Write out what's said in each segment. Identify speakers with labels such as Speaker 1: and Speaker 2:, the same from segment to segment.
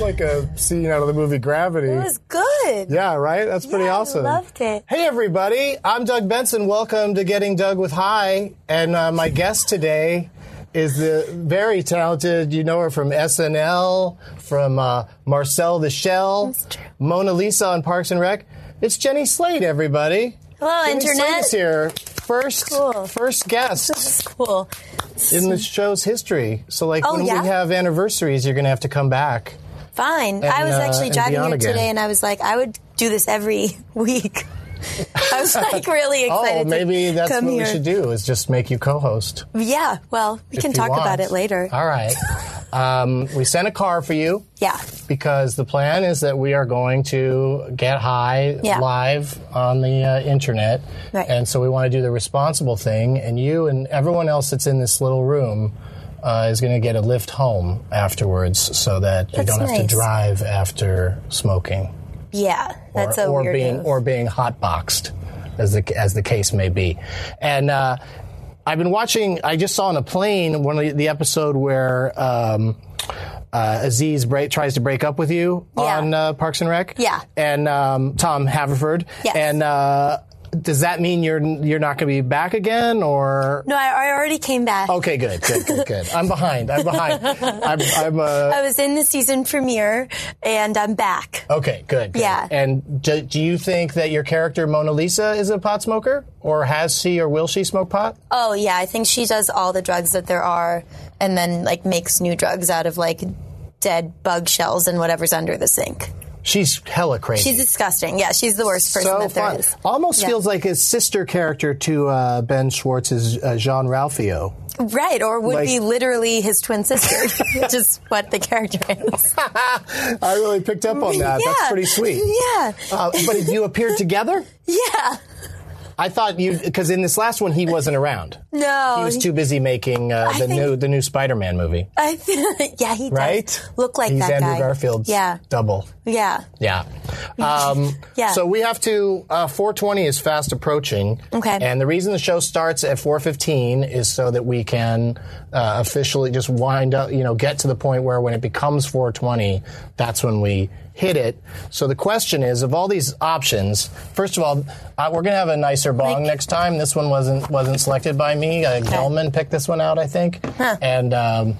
Speaker 1: like a scene out of the movie Gravity.
Speaker 2: It was good.
Speaker 1: Yeah, right? That's pretty
Speaker 2: Yeah, I
Speaker 1: awesome.
Speaker 2: loved it.
Speaker 1: Hey, everybody. I'm Doug Benson. Welcome to Getting Doug with High. And uh, my guest today is the very talented, you know her from SNL, from uh, Marcel the Shell,
Speaker 2: That's true.
Speaker 1: Mona Lisa on Parks and Rec. It's Jenny Slate, everybody.
Speaker 2: Hello,
Speaker 1: Jenny Slate
Speaker 2: internet.
Speaker 1: is here. First,
Speaker 2: Cool.
Speaker 1: first guest
Speaker 2: This is cool.
Speaker 1: in the show's history. So, like,
Speaker 2: Oh,
Speaker 1: when
Speaker 2: yeah?
Speaker 1: we have anniversaries, you're going to have to come back.
Speaker 2: Fine. I was
Speaker 1: uh,
Speaker 2: actually
Speaker 1: and
Speaker 2: driving
Speaker 1: beyond
Speaker 2: here
Speaker 1: again.
Speaker 2: today, and I was like, I would do this every week. I was like really excited.
Speaker 1: Oh,
Speaker 2: to
Speaker 1: maybe that's what
Speaker 2: come
Speaker 1: we
Speaker 2: here.
Speaker 1: should do is just make you co-host. We
Speaker 2: Yeah. Well, we can talk about it later.
Speaker 1: All right. Um, we sent a car for you
Speaker 2: yeah.
Speaker 1: because the plan is that we are going to get high
Speaker 2: Yeah.
Speaker 1: live on the uh, internet.
Speaker 2: Right.
Speaker 1: And so we want to do the responsible thing. And you and everyone else that's in this little room uh, is going to get a lift home afterwards so that you
Speaker 2: That's
Speaker 1: don't have
Speaker 2: nice.
Speaker 1: to drive after smoking
Speaker 2: Yeah. That's a
Speaker 1: or
Speaker 2: weird
Speaker 1: being
Speaker 2: move.
Speaker 1: or being hotboxed, as the as the case may be. And uh, I've been watching. I just saw on a plane one of the, the episode where. Um, uh, Aziz break, tries to break up with you
Speaker 2: Yeah.
Speaker 1: on uh, Parks and Rec.
Speaker 2: Yeah.
Speaker 1: and um, Tom Haverford.
Speaker 2: Yes.
Speaker 1: And uh, does that mean you're you're not going to be back again, or
Speaker 2: no, I, I already came back.
Speaker 1: okay, good, good, good, good. I'm behind. I'm behind. I'm, I'm uh,
Speaker 2: I was in the season premiere, and I'm back.
Speaker 1: Okay, good. good.
Speaker 2: Yeah.
Speaker 1: And do, do you think that your character Mona Lisa is a pot smoker, or has she, or will she smoke pot?
Speaker 2: Oh yeah, I think she does all the drugs that there are, and then like makes new drugs out of like dead bug shells and whatever's under the sink.
Speaker 1: She's hella crazy.
Speaker 2: She's disgusting. Yeah, she's the worst person
Speaker 1: so
Speaker 2: that there
Speaker 1: fun.
Speaker 2: is.
Speaker 1: Almost
Speaker 2: Yeah.
Speaker 1: feels like a sister character to uh, Ben Schwartz's uh, Jean Ralphio.
Speaker 2: Right, or would
Speaker 1: Like-
Speaker 2: be literally his twin sister, which is what the character is.
Speaker 1: I really picked up on that. That's
Speaker 2: Yeah.
Speaker 1: pretty sweet.
Speaker 2: Yeah.
Speaker 1: Uh, but you appeared together.
Speaker 2: Yeah.
Speaker 1: I thought you because in this last one he wasn't around.
Speaker 2: No.
Speaker 1: He was too busy making uh,
Speaker 2: I
Speaker 1: the
Speaker 2: think-
Speaker 1: new the new Spider-Man movie,
Speaker 2: I feel yeah, he does
Speaker 1: right?
Speaker 2: look like
Speaker 1: he's
Speaker 2: that
Speaker 1: Andrew
Speaker 2: guy.
Speaker 1: Garfield's
Speaker 2: Yeah.
Speaker 1: double.
Speaker 2: Yeah.
Speaker 1: Yeah. Um,
Speaker 2: Yeah.
Speaker 1: So we have to. Uh, 420 is fast approaching.
Speaker 2: Okay.
Speaker 1: And the reason the show starts at 415 is so that we can uh, officially just wind up. You know, get to the point where when it becomes 420, that's when we hit it. So the question is, of all these options, first of all, uh, we're gonna have a nicer bong next time. This one wasn't wasn't selected by me. Uh, Gelman picked this one out, I think. And um,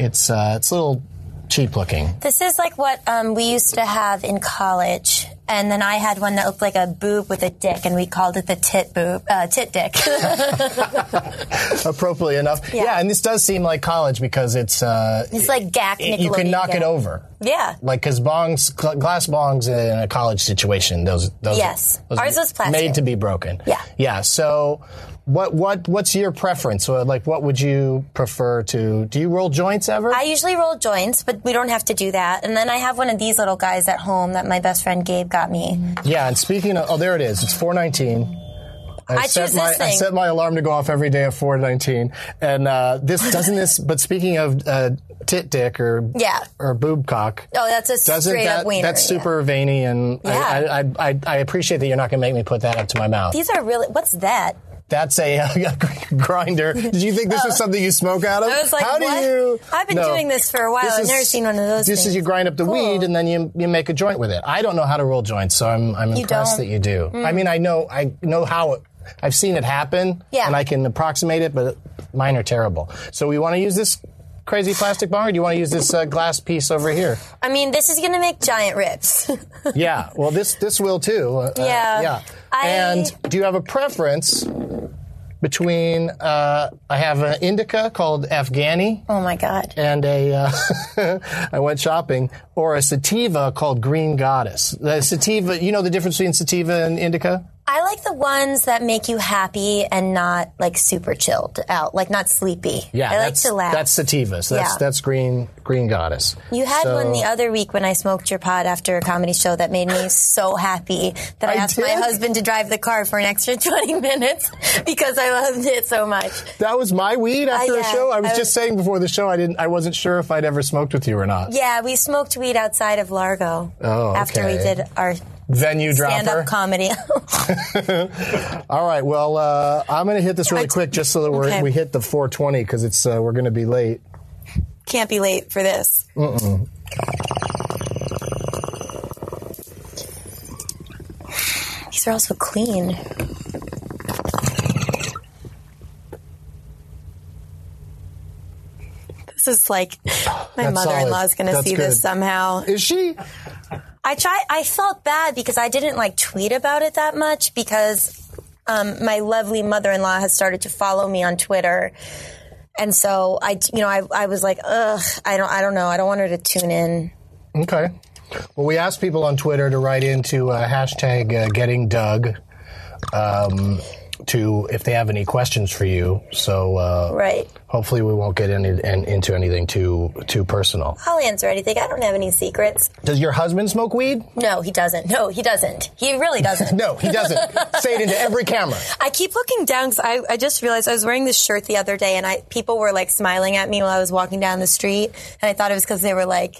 Speaker 1: it's uh, it's a little cheap looking.
Speaker 2: This is like what um, we used to have in college. And then I had one that looked like a boob with a dick, and we called it the tit boob, uh, tit dick.
Speaker 1: appropriately enough. Yeah.
Speaker 2: Yeah.
Speaker 1: and this does seem like college because it's uh,
Speaker 2: It's like gack Nickelodeon.
Speaker 1: you can knock
Speaker 2: gack.
Speaker 1: it over.
Speaker 2: Yeah.
Speaker 1: Like because bongs, cl- glass bongs in a college situation, those those
Speaker 2: Yes.
Speaker 1: those
Speaker 2: Ours
Speaker 1: are
Speaker 2: was plastic.
Speaker 1: made to be broken.
Speaker 2: Yeah.
Speaker 1: yeah. So, what what what's your preference? Or, Like, what would you prefer to? Do you roll joints ever?
Speaker 2: I usually roll joints, but we don't have to do that. And then I have one of these little guys at home that my best friend Gabe got me.
Speaker 1: yeah. And speaking of, oh, there it is. It's four nineteen. I, set
Speaker 2: choose
Speaker 1: my
Speaker 2: this
Speaker 1: I
Speaker 2: thing.
Speaker 1: set my alarm to go off every day at four nineteen, and uh, this doesn't this. But speaking of uh, tit dick or
Speaker 2: Yeah.
Speaker 1: or boob cock,
Speaker 2: Oh, that's a
Speaker 1: Doesn't
Speaker 2: straight
Speaker 1: that,
Speaker 2: up wiener.
Speaker 1: That's
Speaker 2: yeah.
Speaker 1: super veiny, and I-
Speaker 2: Yeah.
Speaker 1: I, I, I, I appreciate that you're not going to make me put that up to my mouth.
Speaker 2: These are really. What's that?
Speaker 1: That's a, grinder. Did you think this was something you smoke out of?
Speaker 2: Oh. I was like,
Speaker 1: How
Speaker 2: what?
Speaker 1: do you?
Speaker 2: I've been
Speaker 1: No.
Speaker 2: doing this for a while.
Speaker 1: This
Speaker 2: I've
Speaker 1: is-
Speaker 2: never seen one of those.
Speaker 1: This
Speaker 2: things.
Speaker 1: is you grind up the
Speaker 2: Cool.
Speaker 1: weed and then you you make a joint with it. I don't know how to roll joints, so I'm I'm impressed
Speaker 2: don't? Mm.
Speaker 1: that you do. I mean, I know I know how it. I've seen it happen,
Speaker 2: Yeah.
Speaker 1: and I can approximate it, but mine are terrible. So we want to use this crazy plastic bar. Or do you want to use this uh, glass piece over here?
Speaker 2: I mean, this is gonna make giant rips.
Speaker 1: Yeah. Well, this this will too. Uh,
Speaker 2: Yeah.
Speaker 1: yeah.
Speaker 2: I-
Speaker 1: and do you have a preference between? Uh, I have an indica called Afghani
Speaker 2: oh my god.
Speaker 1: and a. Uh, I went shopping or a sativa called Green Goddess. The sativa. You know the difference between sativa and indica.
Speaker 2: I like the ones that make you happy and not like super chilled out, like not sleepy. I like
Speaker 1: that's,
Speaker 2: to laugh.
Speaker 1: That's sativa. So that's
Speaker 2: Yeah.
Speaker 1: that's green green goddess.
Speaker 2: You had
Speaker 1: So-
Speaker 2: one the other week when I smoked your pot after a comedy show that made me so happy that I,
Speaker 1: I
Speaker 2: asked
Speaker 1: did?
Speaker 2: my husband to drive the car for an extra 20 minutes because I loved it so much.
Speaker 1: That was my weed after the
Speaker 2: Uh, yeah.
Speaker 1: show. I was
Speaker 2: I-
Speaker 1: just saying before the show I didn't. I wasn't sure if I'd ever smoked with you or not.
Speaker 2: Yeah, we smoked weed outside of Largo
Speaker 1: Oh,
Speaker 2: after we
Speaker 1: okay.
Speaker 2: did our
Speaker 1: Venue
Speaker 2: stand
Speaker 1: dropper.
Speaker 2: up comedy.
Speaker 1: All right. Well, uh, I'm going to hit this really
Speaker 2: I-
Speaker 1: quick just so that we're,
Speaker 2: Okay.
Speaker 1: we hit the 420 because it's uh, we're going to be late.
Speaker 2: Can't be late for this. they're all so clean. This is like my
Speaker 1: That's
Speaker 2: mother in law
Speaker 1: solid.
Speaker 2: is going to
Speaker 1: That's
Speaker 2: see
Speaker 1: good.
Speaker 2: this somehow.
Speaker 1: Is she?
Speaker 2: I try. I felt bad because I didn't like tweet about it that much because um, my lovely mother-in-law has started to follow me on Twitter, and so I, you know, I, I was like, ugh, I don't, I don't know, I don't want her to tune in.
Speaker 1: Okay. Well, we asked people on Twitter to write into uh, hashtag uh, getting Doug um, to if they have any questions for you. So uh,
Speaker 2: Right.
Speaker 1: hopefully we won't get any, and into anything too too personal.
Speaker 2: I'll answer anything. I don't have any secrets.
Speaker 1: Does your husband smoke weed?
Speaker 2: No, he doesn't. No, he doesn't. He really doesn't.
Speaker 1: No, he doesn't. Say it into every camera.
Speaker 2: I keep looking down because I, I just realized I was wearing this shirt the other day and I people were like smiling at me while I was walking down the street and I thought it was because they were like,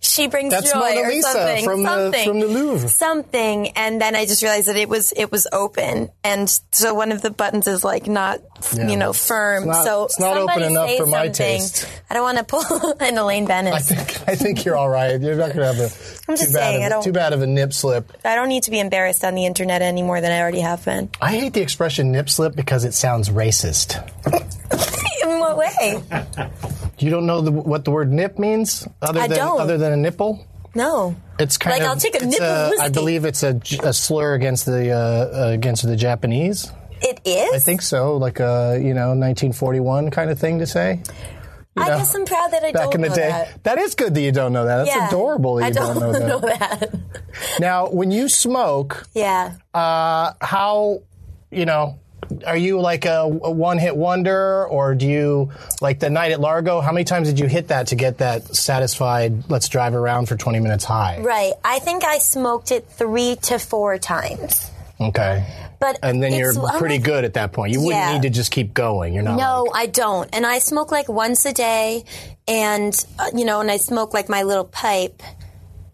Speaker 2: she brings
Speaker 1: That's
Speaker 2: joy
Speaker 1: Mona
Speaker 2: or
Speaker 1: Lisa
Speaker 2: something,
Speaker 1: from the-
Speaker 2: something,
Speaker 1: from the Louvre.
Speaker 2: something. And then I just realized that it was it was open and so one of the buttons is like not
Speaker 1: Yeah.
Speaker 2: you know firm.
Speaker 1: It's not-
Speaker 2: so
Speaker 1: it's not open
Speaker 2: somebody
Speaker 1: enough
Speaker 2: say
Speaker 1: for my
Speaker 2: something.
Speaker 1: taste.
Speaker 2: I don't want to pull an Elaine Bennett.
Speaker 1: I think I think you're all right. You're not going to have a
Speaker 2: I'm
Speaker 1: too
Speaker 2: just
Speaker 1: bad
Speaker 2: saying,
Speaker 1: of,
Speaker 2: I don't-
Speaker 1: too bad of a nip slip.
Speaker 2: I don't need to be embarrassed on the internet any more than I already have been.
Speaker 1: I hate the expression nip slip because it sounds racist.
Speaker 2: In what way?
Speaker 1: You don't know the, what the word nip means other
Speaker 2: I
Speaker 1: than
Speaker 2: don't.
Speaker 1: other than a nipple.
Speaker 2: No.
Speaker 1: It's kind
Speaker 2: Like,
Speaker 1: of
Speaker 2: I'll take a
Speaker 1: it's
Speaker 2: nip of
Speaker 1: I
Speaker 2: whiskey.
Speaker 1: believe it's a, a slur against the uh, uh, against the Japanese.
Speaker 2: It is?
Speaker 1: I think so, like a you know 1941 kind of thing to say.
Speaker 2: I
Speaker 1: know,
Speaker 2: guess I'm proud that I
Speaker 1: Back
Speaker 2: don't
Speaker 1: in the
Speaker 2: know
Speaker 1: day,
Speaker 2: that.
Speaker 1: that is good that you don't know that. That's
Speaker 2: Yeah.
Speaker 1: adorable that
Speaker 2: I
Speaker 1: you don't,
Speaker 2: don't,
Speaker 1: know that.
Speaker 2: that.
Speaker 1: Now, when you smoke,
Speaker 2: Yeah.
Speaker 1: uh, how you know? Are you like a, a one-hit wonder, or do you like the night at Largo? How many times did you hit that to get that satisfied? Let's drive around for 20 minutes high.
Speaker 2: Right. I think I smoked it three to four times.
Speaker 1: Okay.
Speaker 2: But
Speaker 1: And then
Speaker 2: it's-
Speaker 1: you're
Speaker 2: I'm
Speaker 1: pretty
Speaker 2: like-
Speaker 1: good at that point. You wouldn't
Speaker 2: Yeah.
Speaker 1: need to just keep going. You're not.
Speaker 2: No,
Speaker 1: like-
Speaker 2: I don't. And I smoke like once a day, and uh, you know, and I smoke like my little pipe.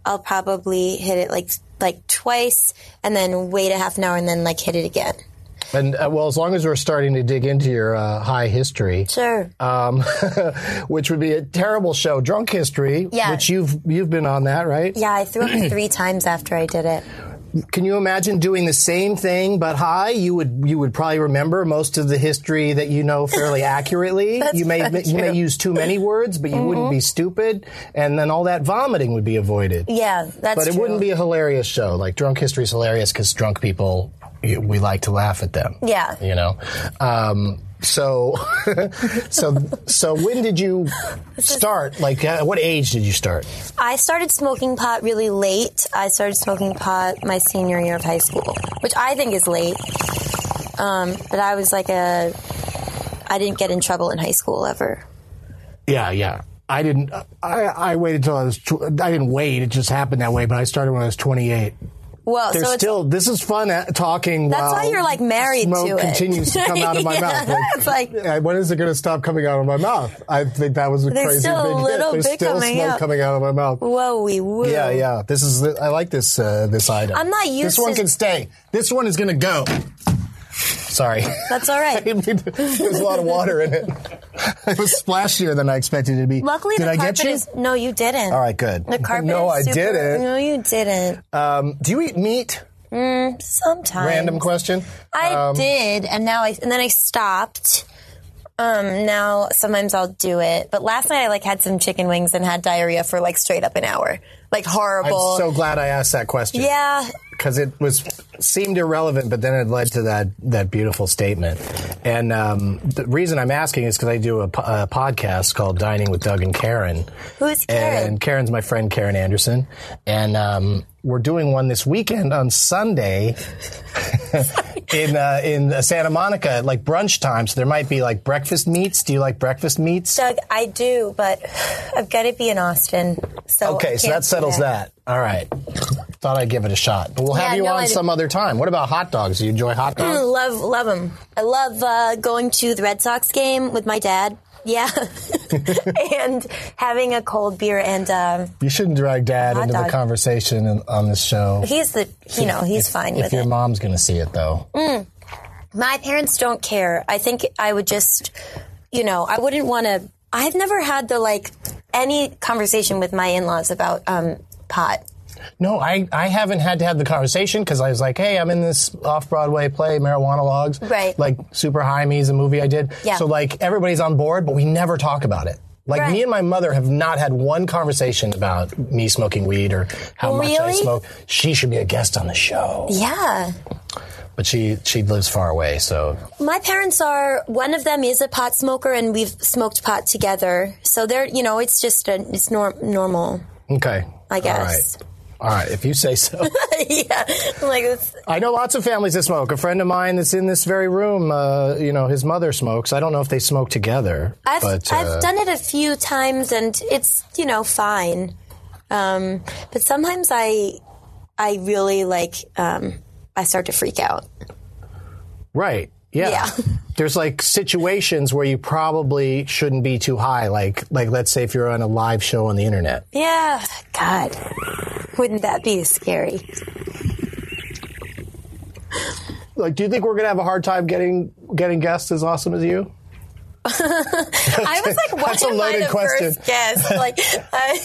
Speaker 2: I'll probably hit it like like twice, and then wait a half an hour, and then like hit it again.
Speaker 1: and uh, well, as long as we're starting to dig into your uh, high history,
Speaker 2: Sure.
Speaker 1: um, which would be a terrible show, drunk history.
Speaker 2: Yeah.
Speaker 1: Which you've you've been on that, right?
Speaker 2: yeah, I threw up three times after I did it.
Speaker 1: Can you imagine doing the same thing but high? You would you would probably remember most of the history that you know fairly accurately. you may you may use too many words, but you wouldn't
Speaker 2: Mm-hmm.
Speaker 1: be stupid, and then all that vomiting would be avoided.
Speaker 2: Yeah, that's.
Speaker 1: But it
Speaker 2: true.
Speaker 1: wouldn't be a hilarious show. Like drunk history is hilarious because drunk people, y- we like to laugh at them.
Speaker 2: Yeah.
Speaker 1: you know. Um, so, so, so when did you start? Like, uh, what age did you start?
Speaker 2: I started smoking pot really late. I started smoking pot my senior year of high school, which I think is late. Um, but I was like a, I didn't get in trouble in high school ever.
Speaker 1: Yeah, yeah. I didn't. I, I waited till I was. Tw- I didn't wait. It just happened that way. But I started when I was 28.
Speaker 2: Well,
Speaker 1: There's
Speaker 2: so it's,
Speaker 1: still. This is fun at, talking.
Speaker 2: that's why
Speaker 1: while
Speaker 2: you're like married
Speaker 1: smoke
Speaker 2: to it.
Speaker 1: continues to come out of my
Speaker 2: Yeah,
Speaker 1: mouth. Like,
Speaker 2: it's like
Speaker 1: Uh, when is it going to stop coming out of my mouth? I think that was a
Speaker 2: There's
Speaker 1: crazy
Speaker 2: still a
Speaker 1: big hit.
Speaker 2: little
Speaker 1: There's
Speaker 2: bit
Speaker 1: still
Speaker 2: coming
Speaker 1: smoke
Speaker 2: out.
Speaker 1: coming out of my mouth.
Speaker 2: whoa, we woo.
Speaker 1: Yeah, yeah. This is the, I like this uh, this item.
Speaker 2: I'm not used
Speaker 1: This one
Speaker 2: to-
Speaker 1: can stay. This one is going to go. Sorry.
Speaker 2: That's all right.
Speaker 1: There's a lot of water in it. It was splashier than I expected it to be.
Speaker 2: Luckily,
Speaker 1: did
Speaker 2: the
Speaker 1: I
Speaker 2: carpet
Speaker 1: get you?
Speaker 2: is no, you didn't.
Speaker 1: All right, good.
Speaker 2: The carpet.
Speaker 1: no,
Speaker 2: is
Speaker 1: I
Speaker 2: super-
Speaker 1: didn't.
Speaker 2: No, you didn't.
Speaker 1: Um, do you eat meat?
Speaker 2: Sometimes
Speaker 1: Random question.
Speaker 2: I
Speaker 1: Um,
Speaker 2: did, and now I and then I stopped. Um, now sometimes I'll do it, but last night I like had some chicken wings and had diarrhea for like straight up an hour, like
Speaker 1: I'm
Speaker 2: horrible.
Speaker 1: so glad I asked that question.
Speaker 2: yeah,
Speaker 1: because it was seemed irrelevant, but then it led to that that beautiful statement. And um, the reason I'm asking is because I do a, po- a podcast called Dining with Doug and Karen.
Speaker 2: Who's Karen?
Speaker 1: And Karen's my friend Karen Anderson, and um, we're doing one this weekend on Sunday in uh, in uh, Santa Monica at like brunch time. So there might be like breakfast meats. Do you like breakfast meats?
Speaker 2: Doug, I do, but I've got to be in Austin. So I
Speaker 1: Okay, so
Speaker 2: can't
Speaker 1: that
Speaker 2: do
Speaker 1: settles that. All right. Thought I'd give it a shot, but we'll have
Speaker 2: Yeah,
Speaker 1: you
Speaker 2: no,
Speaker 1: on
Speaker 2: I- Mm.
Speaker 1: some other time. What about hot dogs? Do you enjoy hot dogs?
Speaker 2: I love love them. I love uh, going to the Red Sox game with my dad. Yeah, and having a cold beer and um,
Speaker 1: You shouldn't drag dad
Speaker 2: Hot
Speaker 1: into the
Speaker 2: dog.
Speaker 1: conversation in, on this show.
Speaker 2: he's the you know he's
Speaker 1: If-
Speaker 2: fine
Speaker 1: If
Speaker 2: with
Speaker 1: your
Speaker 2: it.
Speaker 1: mom's going to see it, though,
Speaker 2: My parents don't care. I think I would just, you know, I wouldn't want to. I've never had the like any conversation with my in laws about um, pot.
Speaker 1: No, I, I haven't had to have the conversation because I was like, hey, I'm in this off Broadway play, Marijuana Logs.
Speaker 2: Right.
Speaker 1: Like, Super High Me is a movie I did.
Speaker 2: Yeah.
Speaker 1: So, like, everybody's on board, but we never talk about it. Like,
Speaker 2: Right.
Speaker 1: me and my mother have not had one conversation about me smoking weed or how much I
Speaker 2: Really?
Speaker 1: smoke. She should be a guest on the show.
Speaker 2: Yeah.
Speaker 1: But she, she lives far away, so
Speaker 2: My parents are one of them is a pot smoker and we've smoked pot together. So they're, you know, it's just a it's nor- normal.
Speaker 1: okay.
Speaker 2: I guess.
Speaker 1: All right. All right, if you say so.
Speaker 2: yeah. Like it's
Speaker 1: I know lots of families that smoke. A friend of mine that's in this very room, uh, you know, his mother smokes. I don't know if they smoke together.
Speaker 2: I've
Speaker 1: but, uh,
Speaker 2: I've done it a few times and it's, you know, fine. Um, but sometimes I I really like um, I start to freak out.
Speaker 1: Right. Yeah.
Speaker 2: Yeah.
Speaker 1: There's like situations where you probably shouldn't be too high. Like, like let's say if you're on a live show on the internet.
Speaker 2: Yeah, God, wouldn't that be scary?
Speaker 1: Like, do you think we're gonna have a hard time getting getting guests as awesome as you?
Speaker 2: I was like, why
Speaker 1: That's a
Speaker 2: am I
Speaker 1: loaded
Speaker 2: the
Speaker 1: question.
Speaker 2: first guest? Like, I,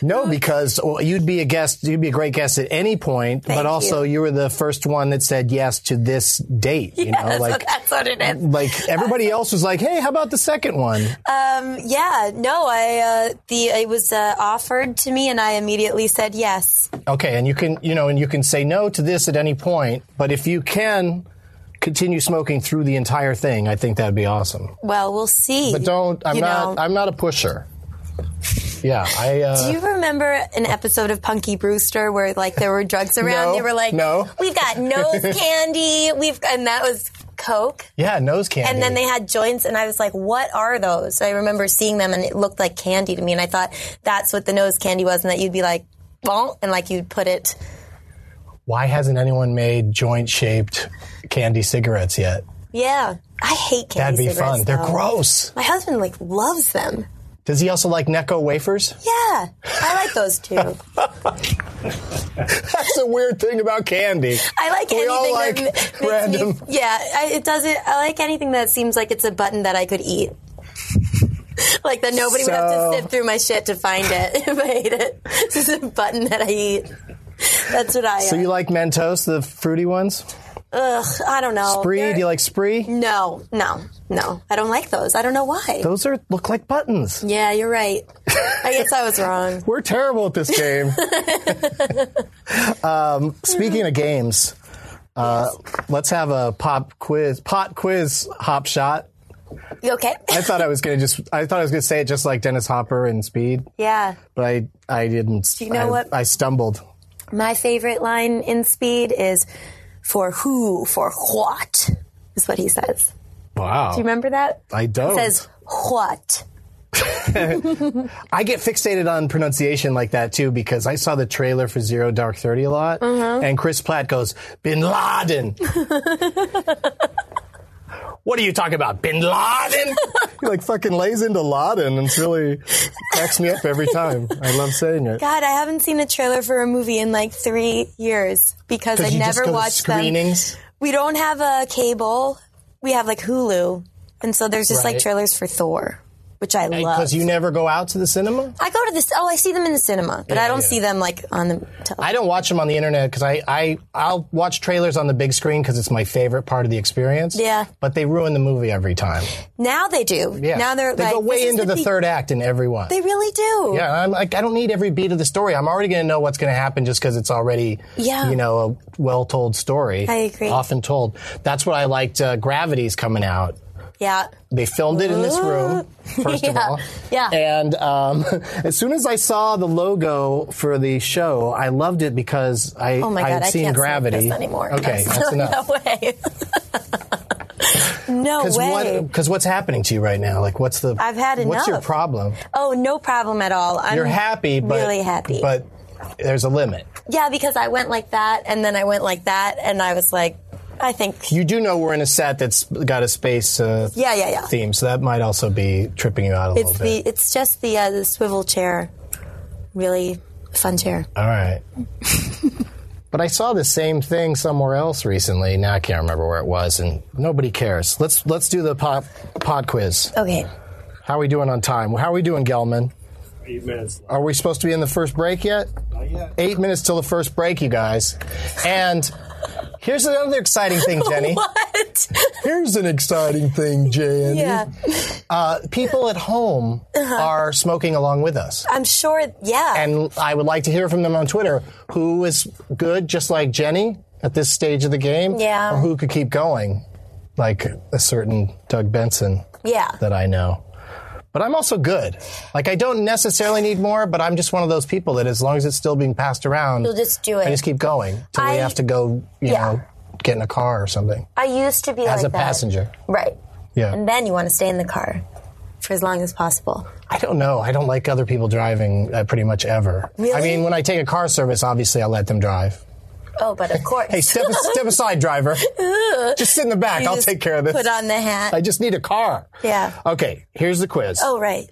Speaker 1: No, because well, you'd be a guest. You'd be a great guest at any point.
Speaker 2: Thank
Speaker 1: but also,
Speaker 2: you.
Speaker 1: you. were the first one that said yes to this date. You know, like
Speaker 2: that's what it is.
Speaker 1: like everybody else was like, hey, how about the second one?
Speaker 2: Um, yeah, no, I uh, the it was uh, offered to me, and I immediately said yes.
Speaker 1: Okay, and you can you know, and you can say no to this at any point, but if you can continue smoking through the entire thing, I think that'd be awesome.
Speaker 2: Well, we'll see.
Speaker 1: But don't I'm
Speaker 2: You
Speaker 1: not
Speaker 2: know.
Speaker 1: I'm not a pusher. Yeah, I
Speaker 2: Do
Speaker 1: uh,
Speaker 2: you remember an episode of Punky Brewster where like there were drugs around?
Speaker 1: No,
Speaker 2: they were like,
Speaker 1: no.
Speaker 2: we've got nose candy. We've and that was coke.
Speaker 1: yeah, nose candy.
Speaker 2: And then they had joints, and I was like, "What are those?" I remember seeing them, and it looked like candy to me, and I thought that's what the nose candy was, and that you'd be like, "Well," and like you'd put it.
Speaker 1: Why hasn't anyone made joint shaped candy cigarettes yet?
Speaker 2: Yeah, I hate
Speaker 1: That'd
Speaker 2: candy.
Speaker 1: be
Speaker 2: cigarettes,
Speaker 1: fun. They're
Speaker 2: though.
Speaker 1: gross.
Speaker 2: My husband like loves them.
Speaker 1: Does he also like Necco wafers?
Speaker 2: Yeah, I like those too. I
Speaker 1: That's the weird thing about candy.
Speaker 2: like
Speaker 1: We
Speaker 2: anything
Speaker 1: all like
Speaker 2: that makes
Speaker 1: random-
Speaker 2: Me, yeah, I, it doesn't. I like anything that seems like it's a button that I could eat. Like that nobody would have
Speaker 1: So-
Speaker 2: to sift through my shit to find it if I ate it. This is a button that I eat. That's what I.
Speaker 1: So
Speaker 2: am.
Speaker 1: you like Mentos, the fruity ones?
Speaker 2: Ugh, I don't know.
Speaker 1: Spree?
Speaker 2: They're- Mm.
Speaker 1: Do you like Spree?
Speaker 2: No, no, no. I don't like those. I don't know why.
Speaker 1: Those are look like buttons.
Speaker 2: yeah, you're right. I guess I was wrong.
Speaker 1: We're terrible at this game. um, speaking of games, uh, let's have a pop quiz, pot quiz, hop shot.
Speaker 2: You okay?
Speaker 1: I thought I was gonna just, I thought I was gonna say it just like Dennis Hopper in Speed,
Speaker 2: yeah.
Speaker 1: but I, I didn't.
Speaker 2: you know
Speaker 1: I,
Speaker 2: what?
Speaker 1: I stumbled.
Speaker 2: My favorite line in Speed is for who, for what, is what he says.
Speaker 1: Wow.
Speaker 2: Do you remember that?
Speaker 1: I don't.
Speaker 2: He says what.
Speaker 1: I get fixated on pronunciation like that too because I saw the trailer for Zero Dark Thirty a lot,
Speaker 2: Uh-huh.
Speaker 1: and Chris Platt goes Bin Laden. what are you talking about, Bin Laden? he like fucking lays into Laden, and it's really cracks me up every time. I love saying it.
Speaker 2: God, I haven't seen a trailer for a movie in like three years because I
Speaker 1: you just
Speaker 2: never
Speaker 1: go to
Speaker 2: watched
Speaker 1: screenings?
Speaker 2: them. We don't have a cable. We have like Hulu, and so there's just
Speaker 1: Right.
Speaker 2: like trailers for Thor, which I love.
Speaker 1: Because you never go out to the cinema.
Speaker 2: I go to this. Oh, I see them in the cinema, but I don't
Speaker 1: yeah.
Speaker 2: see them like on the television.
Speaker 1: I don't watch them on the internet because I, I I'll watch trailers on the big screen because it's my favorite part of the experience.
Speaker 2: Yeah.
Speaker 1: But they ruin the movie every time.
Speaker 2: now they do.
Speaker 1: Yeah.
Speaker 2: Now they're
Speaker 1: they
Speaker 2: like
Speaker 1: go
Speaker 2: this
Speaker 1: way
Speaker 2: is
Speaker 1: into the,
Speaker 2: be-
Speaker 1: third act in every one.
Speaker 2: They really do.
Speaker 1: Yeah, I'm like, I don't need every beat of the story. I'm already going to know what's going to happen just because it's already,
Speaker 2: Yeah.
Speaker 1: you know, a well-told story.
Speaker 2: I agree.
Speaker 1: Often told. That's what I liked. Uh, Gravity's coming out.
Speaker 2: Yeah.
Speaker 1: They filmed it in this room, first of
Speaker 2: Yeah.
Speaker 1: all.
Speaker 2: Yeah.
Speaker 1: And um, as soon as I saw the logo for the show, I loved it because I
Speaker 2: Oh my
Speaker 1: I
Speaker 2: god,
Speaker 1: had
Speaker 2: I
Speaker 1: seen
Speaker 2: can't
Speaker 1: Gravity
Speaker 2: smoke this anymore.
Speaker 1: Okay,
Speaker 2: No,
Speaker 1: that's enough.
Speaker 2: no way. no way.
Speaker 1: Because what's happening to you right now? Like, what's the?
Speaker 2: I've had
Speaker 1: What's your
Speaker 2: enough.
Speaker 1: problem?
Speaker 2: oh, no problem at all. I'm
Speaker 1: You're happy, but
Speaker 2: really happy.
Speaker 1: but there's a limit.
Speaker 2: yeah, because I went like that, and then I went like that, and I was like, I think.
Speaker 1: You do know we're in a set that's got a space uh,
Speaker 2: Yeah, yeah, yeah.
Speaker 1: theme, so that might also be tripping you out a
Speaker 2: It's
Speaker 1: little bit.
Speaker 2: the. It's just the uh, the swivel chair. Really fun chair.
Speaker 1: All right. but I saw the same thing somewhere else recently. Now I can't remember where it was, and nobody cares. Let's let's do the pop pod quiz.
Speaker 2: Okay.
Speaker 1: How are we doing on time? How are we doing, Gelman?
Speaker 3: eight minutes left.
Speaker 1: Are we supposed to be in the first break yet?
Speaker 3: Not yet.
Speaker 1: Eight minutes till the first break, you guys. And here's another exciting thing, Jenny.
Speaker 2: What?
Speaker 1: Here's an exciting thing, Jenny.
Speaker 2: yeah. Uh-huh.
Speaker 1: Uh, people at home are smoking along with us.
Speaker 2: I'm sure. Yeah.
Speaker 1: And I would like to hear from them on Twitter who is good, just like Jenny, at this stage of the game,
Speaker 2: Yeah.
Speaker 1: or who could keep going, like a certain Doug Benson
Speaker 2: yeah.
Speaker 1: that I know. But I'm also good. Like I don't necessarily need more, but I'm just one of those people that as long as it's still being passed around,
Speaker 2: You'll just do it.
Speaker 1: I just keep going till
Speaker 2: I-
Speaker 1: we have to go, you
Speaker 2: Yeah.
Speaker 1: know, get in a car or something
Speaker 2: I used to be
Speaker 1: as
Speaker 2: like
Speaker 1: a
Speaker 2: that.
Speaker 1: passenger.
Speaker 2: Right.
Speaker 1: Yeah.
Speaker 2: And then you want to stay in the car for as long as possible.
Speaker 1: I don't know. I don't like other people driving uh, pretty much ever.
Speaker 2: Really?
Speaker 1: I mean, when I take a car service, obviously I let them drive.
Speaker 2: Oh, but of course.
Speaker 1: Hey, step step aside, driver. just sit in the back.
Speaker 2: You
Speaker 1: I'll
Speaker 2: just
Speaker 1: take care of this.
Speaker 2: Put on the hat.
Speaker 1: I just need a car.
Speaker 2: Yeah.
Speaker 1: Okay, here's the quiz.
Speaker 2: oh, right.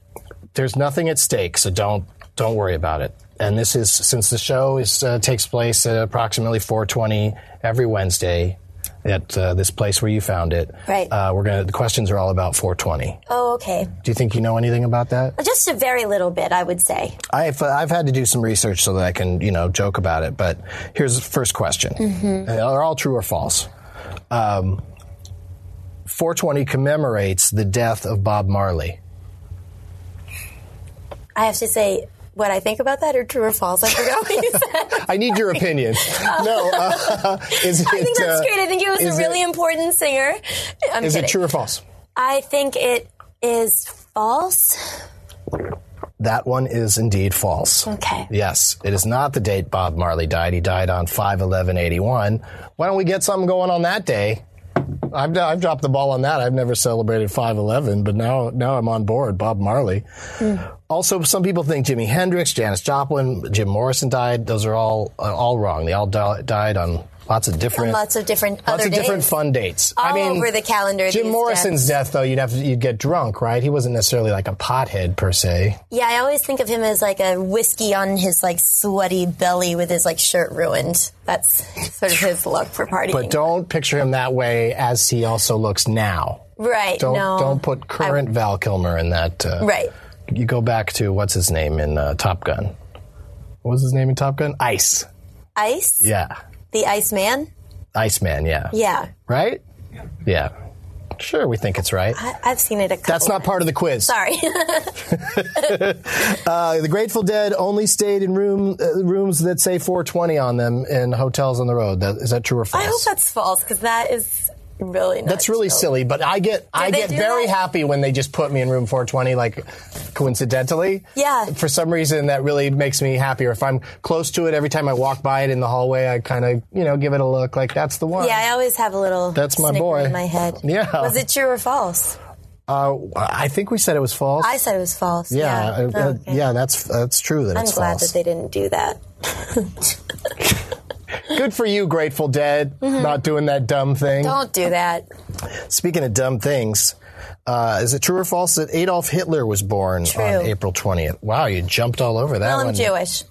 Speaker 1: there's nothing at stake, so don't don't worry about it. And this is since the show is uh, takes place at approximately 4:20 every Wednesday at uh, this place where you found it.
Speaker 2: Right.
Speaker 1: Uh, we're gonna. The questions are all about 4:20.
Speaker 2: Oh, okay.
Speaker 1: Do you think you know anything about that?
Speaker 2: Just a very little bit, I would say.
Speaker 1: I've uh, I've had to do some research so that I can you know joke about it. But here's the first question:
Speaker 2: Mm-hmm.
Speaker 1: And Are all true or false? Um, 420 commemorates the death of Bob Marley.
Speaker 2: I have to say what I think about that, or true or false. I forgot what you said.
Speaker 1: I need your opinion. No, uh, is it?
Speaker 2: I think that's
Speaker 1: uh,
Speaker 2: great. I think it was
Speaker 1: is
Speaker 2: a really
Speaker 1: It,
Speaker 2: important singer. I'm
Speaker 1: is
Speaker 2: kidding.
Speaker 1: it true or false?
Speaker 2: I think it is false.
Speaker 1: That one is indeed false.
Speaker 2: Okay.
Speaker 1: Yes, it is not the date Bob Marley died. He died on 5 11 81. Why don't we get something going on that day? I've, I've dropped the ball on that. I've never celebrated 5 11, but now, now I'm on board. Bob Marley.
Speaker 2: Hmm.
Speaker 1: Also, some people think Jimi Hendrix, Janis Joplin, Jim Morrison died. Those are all, uh, all wrong. They all di- died on lots of different.
Speaker 2: Lots of different
Speaker 1: Lots
Speaker 2: other
Speaker 1: of different
Speaker 2: days.
Speaker 1: fun dates. I
Speaker 2: All
Speaker 1: mean,
Speaker 2: over the calendar.
Speaker 1: Jim
Speaker 2: these
Speaker 1: Morrison's
Speaker 2: deaths.
Speaker 1: death, though, you'd have to, you'd get drunk, right? He wasn't necessarily like a pothead per se.
Speaker 2: Yeah, I always think of him as like a whiskey on his like sweaty belly with his like shirt ruined. That's sort of his look for partying.
Speaker 1: But don't picture him that way as he also looks now.
Speaker 2: right?
Speaker 1: Don't
Speaker 2: no,
Speaker 1: don't put current Val Kilmer in that. Uh,
Speaker 2: Right.
Speaker 1: You go back to what's his name in uh, Top Gun. What was his name in Top Gun? Ice.
Speaker 2: Ice,
Speaker 1: Yeah.
Speaker 2: the Ice Man.
Speaker 1: Iceman. Yeah.
Speaker 2: Yeah,
Speaker 1: Right. Yeah. Sure, we think it's right.
Speaker 2: I- I've seen it a couple.
Speaker 1: That's not part of the quiz. Uh,
Speaker 2: Sorry.
Speaker 1: The Grateful Dead only stayed in room uh, rooms that say 420 on them in hotels on the road. That, is that true or false?
Speaker 2: I hope that's false because that is really not
Speaker 1: That's really
Speaker 2: true.
Speaker 1: silly, but I get I
Speaker 2: they
Speaker 1: get
Speaker 2: do
Speaker 1: very
Speaker 2: that?
Speaker 1: happy when they just put me in room 420, like coincidentally.
Speaker 2: Yeah.
Speaker 1: For some reason, that really makes me happier. If I'm close to it, every time I walk by it in the hallway, I kind of you know give it a look, like that's the one.
Speaker 2: Yeah, I always have a little.
Speaker 1: That's my
Speaker 2: snicker
Speaker 1: boy.
Speaker 2: In my head.
Speaker 1: Yeah.
Speaker 2: Was it true or false?
Speaker 1: Uh, I think we said it was false.
Speaker 2: I said it was false.
Speaker 1: yeah, uh,
Speaker 2: Oh,
Speaker 1: uh,
Speaker 2: okay.
Speaker 1: yeah, that's that's true that
Speaker 2: I'm
Speaker 1: it's
Speaker 2: glad
Speaker 1: false.
Speaker 2: that they didn't do that.
Speaker 1: Good for you, Grateful Dead, not doing that dumb thing.
Speaker 2: Mm-hmm. Don't do that.
Speaker 1: Speaking of dumb things, uh, is it true or false that Adolf Hitler was born
Speaker 2: True.
Speaker 1: on April 20th? Wow, you jumped all over that
Speaker 2: Well,
Speaker 1: one.
Speaker 2: I'm Jewish.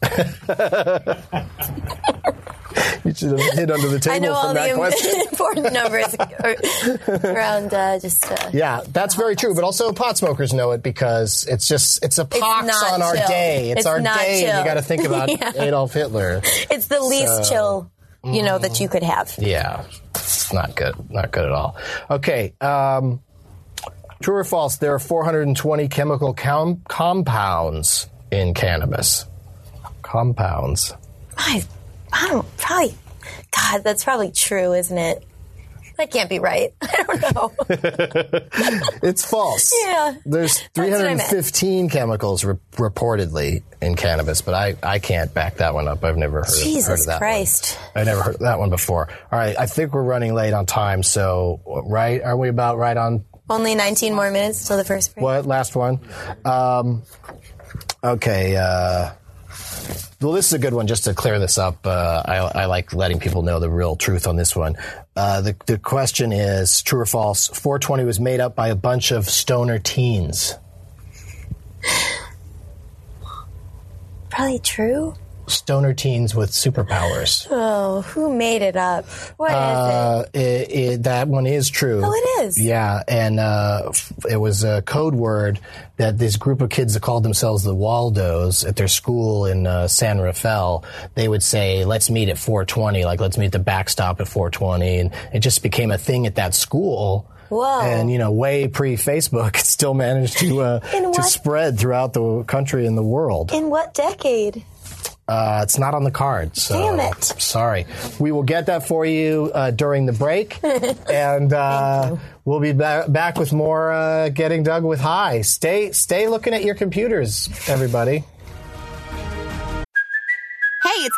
Speaker 1: You should have hid under the table
Speaker 2: I know
Speaker 1: from
Speaker 2: all
Speaker 1: that
Speaker 2: the
Speaker 1: question.
Speaker 2: important numbers are- around uh, just. Uh,
Speaker 1: Yeah, that's very true. But also, pot smokers know it because it's just it's a pox
Speaker 2: not
Speaker 1: on our
Speaker 2: chill.
Speaker 1: day. It's,
Speaker 2: It's
Speaker 1: our
Speaker 2: not
Speaker 1: day. and
Speaker 2: chill.
Speaker 1: You got to think about Adolf Hitler.
Speaker 2: It's the least chill, you know, that you
Speaker 1: mm.
Speaker 2: could have.
Speaker 1: Yeah, it's not good. Not good at all. Okay. Um, true or false? There are 420 chemical com- compounds in cannabis. Compounds.
Speaker 2: I, I don't probably. God, that's probably true, isn't it? That can't be right. I don't know.
Speaker 1: It's false.
Speaker 2: Yeah.
Speaker 1: There's
Speaker 2: what I meant.
Speaker 1: 315 chemicals re- reportedly in cannabis, but I, I can't back that one up. I've never heard, heard of
Speaker 2: Jesus
Speaker 1: that
Speaker 2: Christ.
Speaker 1: one. I never heard of that one before. All right, I think we're running late on time, so right? Are we about right on
Speaker 2: Only 19 more minutes till the first break.
Speaker 1: what last one? Um, okay. Uh, well, this is a good one. Just to clear this up, uh, I, I like letting people know the real truth on this one. Uh, the the question is true or false? 420 was made up by a bunch of stoner teens.
Speaker 2: Probably true.
Speaker 1: stoner teens with superpowers.
Speaker 2: Oh, who made it up? What is
Speaker 1: Uh, it, it, that one is true.
Speaker 2: Oh, it is?
Speaker 1: Yeah, and uh, f- it was a code word that this group of kids that called themselves the Waldos at their school in uh, San Rafael, they would say, "Let's meet at 4:20." Like, let's meet the backstop at 4:20, and it just became a thing at that school.
Speaker 2: Whoa.
Speaker 1: And you know, way pre Facebook, it still managed to uh,
Speaker 2: Oh. In
Speaker 1: to
Speaker 2: what-
Speaker 1: spread throughout the country and the world.
Speaker 2: it? In what decade?
Speaker 1: Uh, it's not on the card. So
Speaker 2: Damn it.
Speaker 1: Sorry. We will get that for you uh, during the break. and uh, we'll be ba- back with more uh, Getting Dug with High. Stay, stay looking at your computers, everybody.
Speaker 3: Hey, it's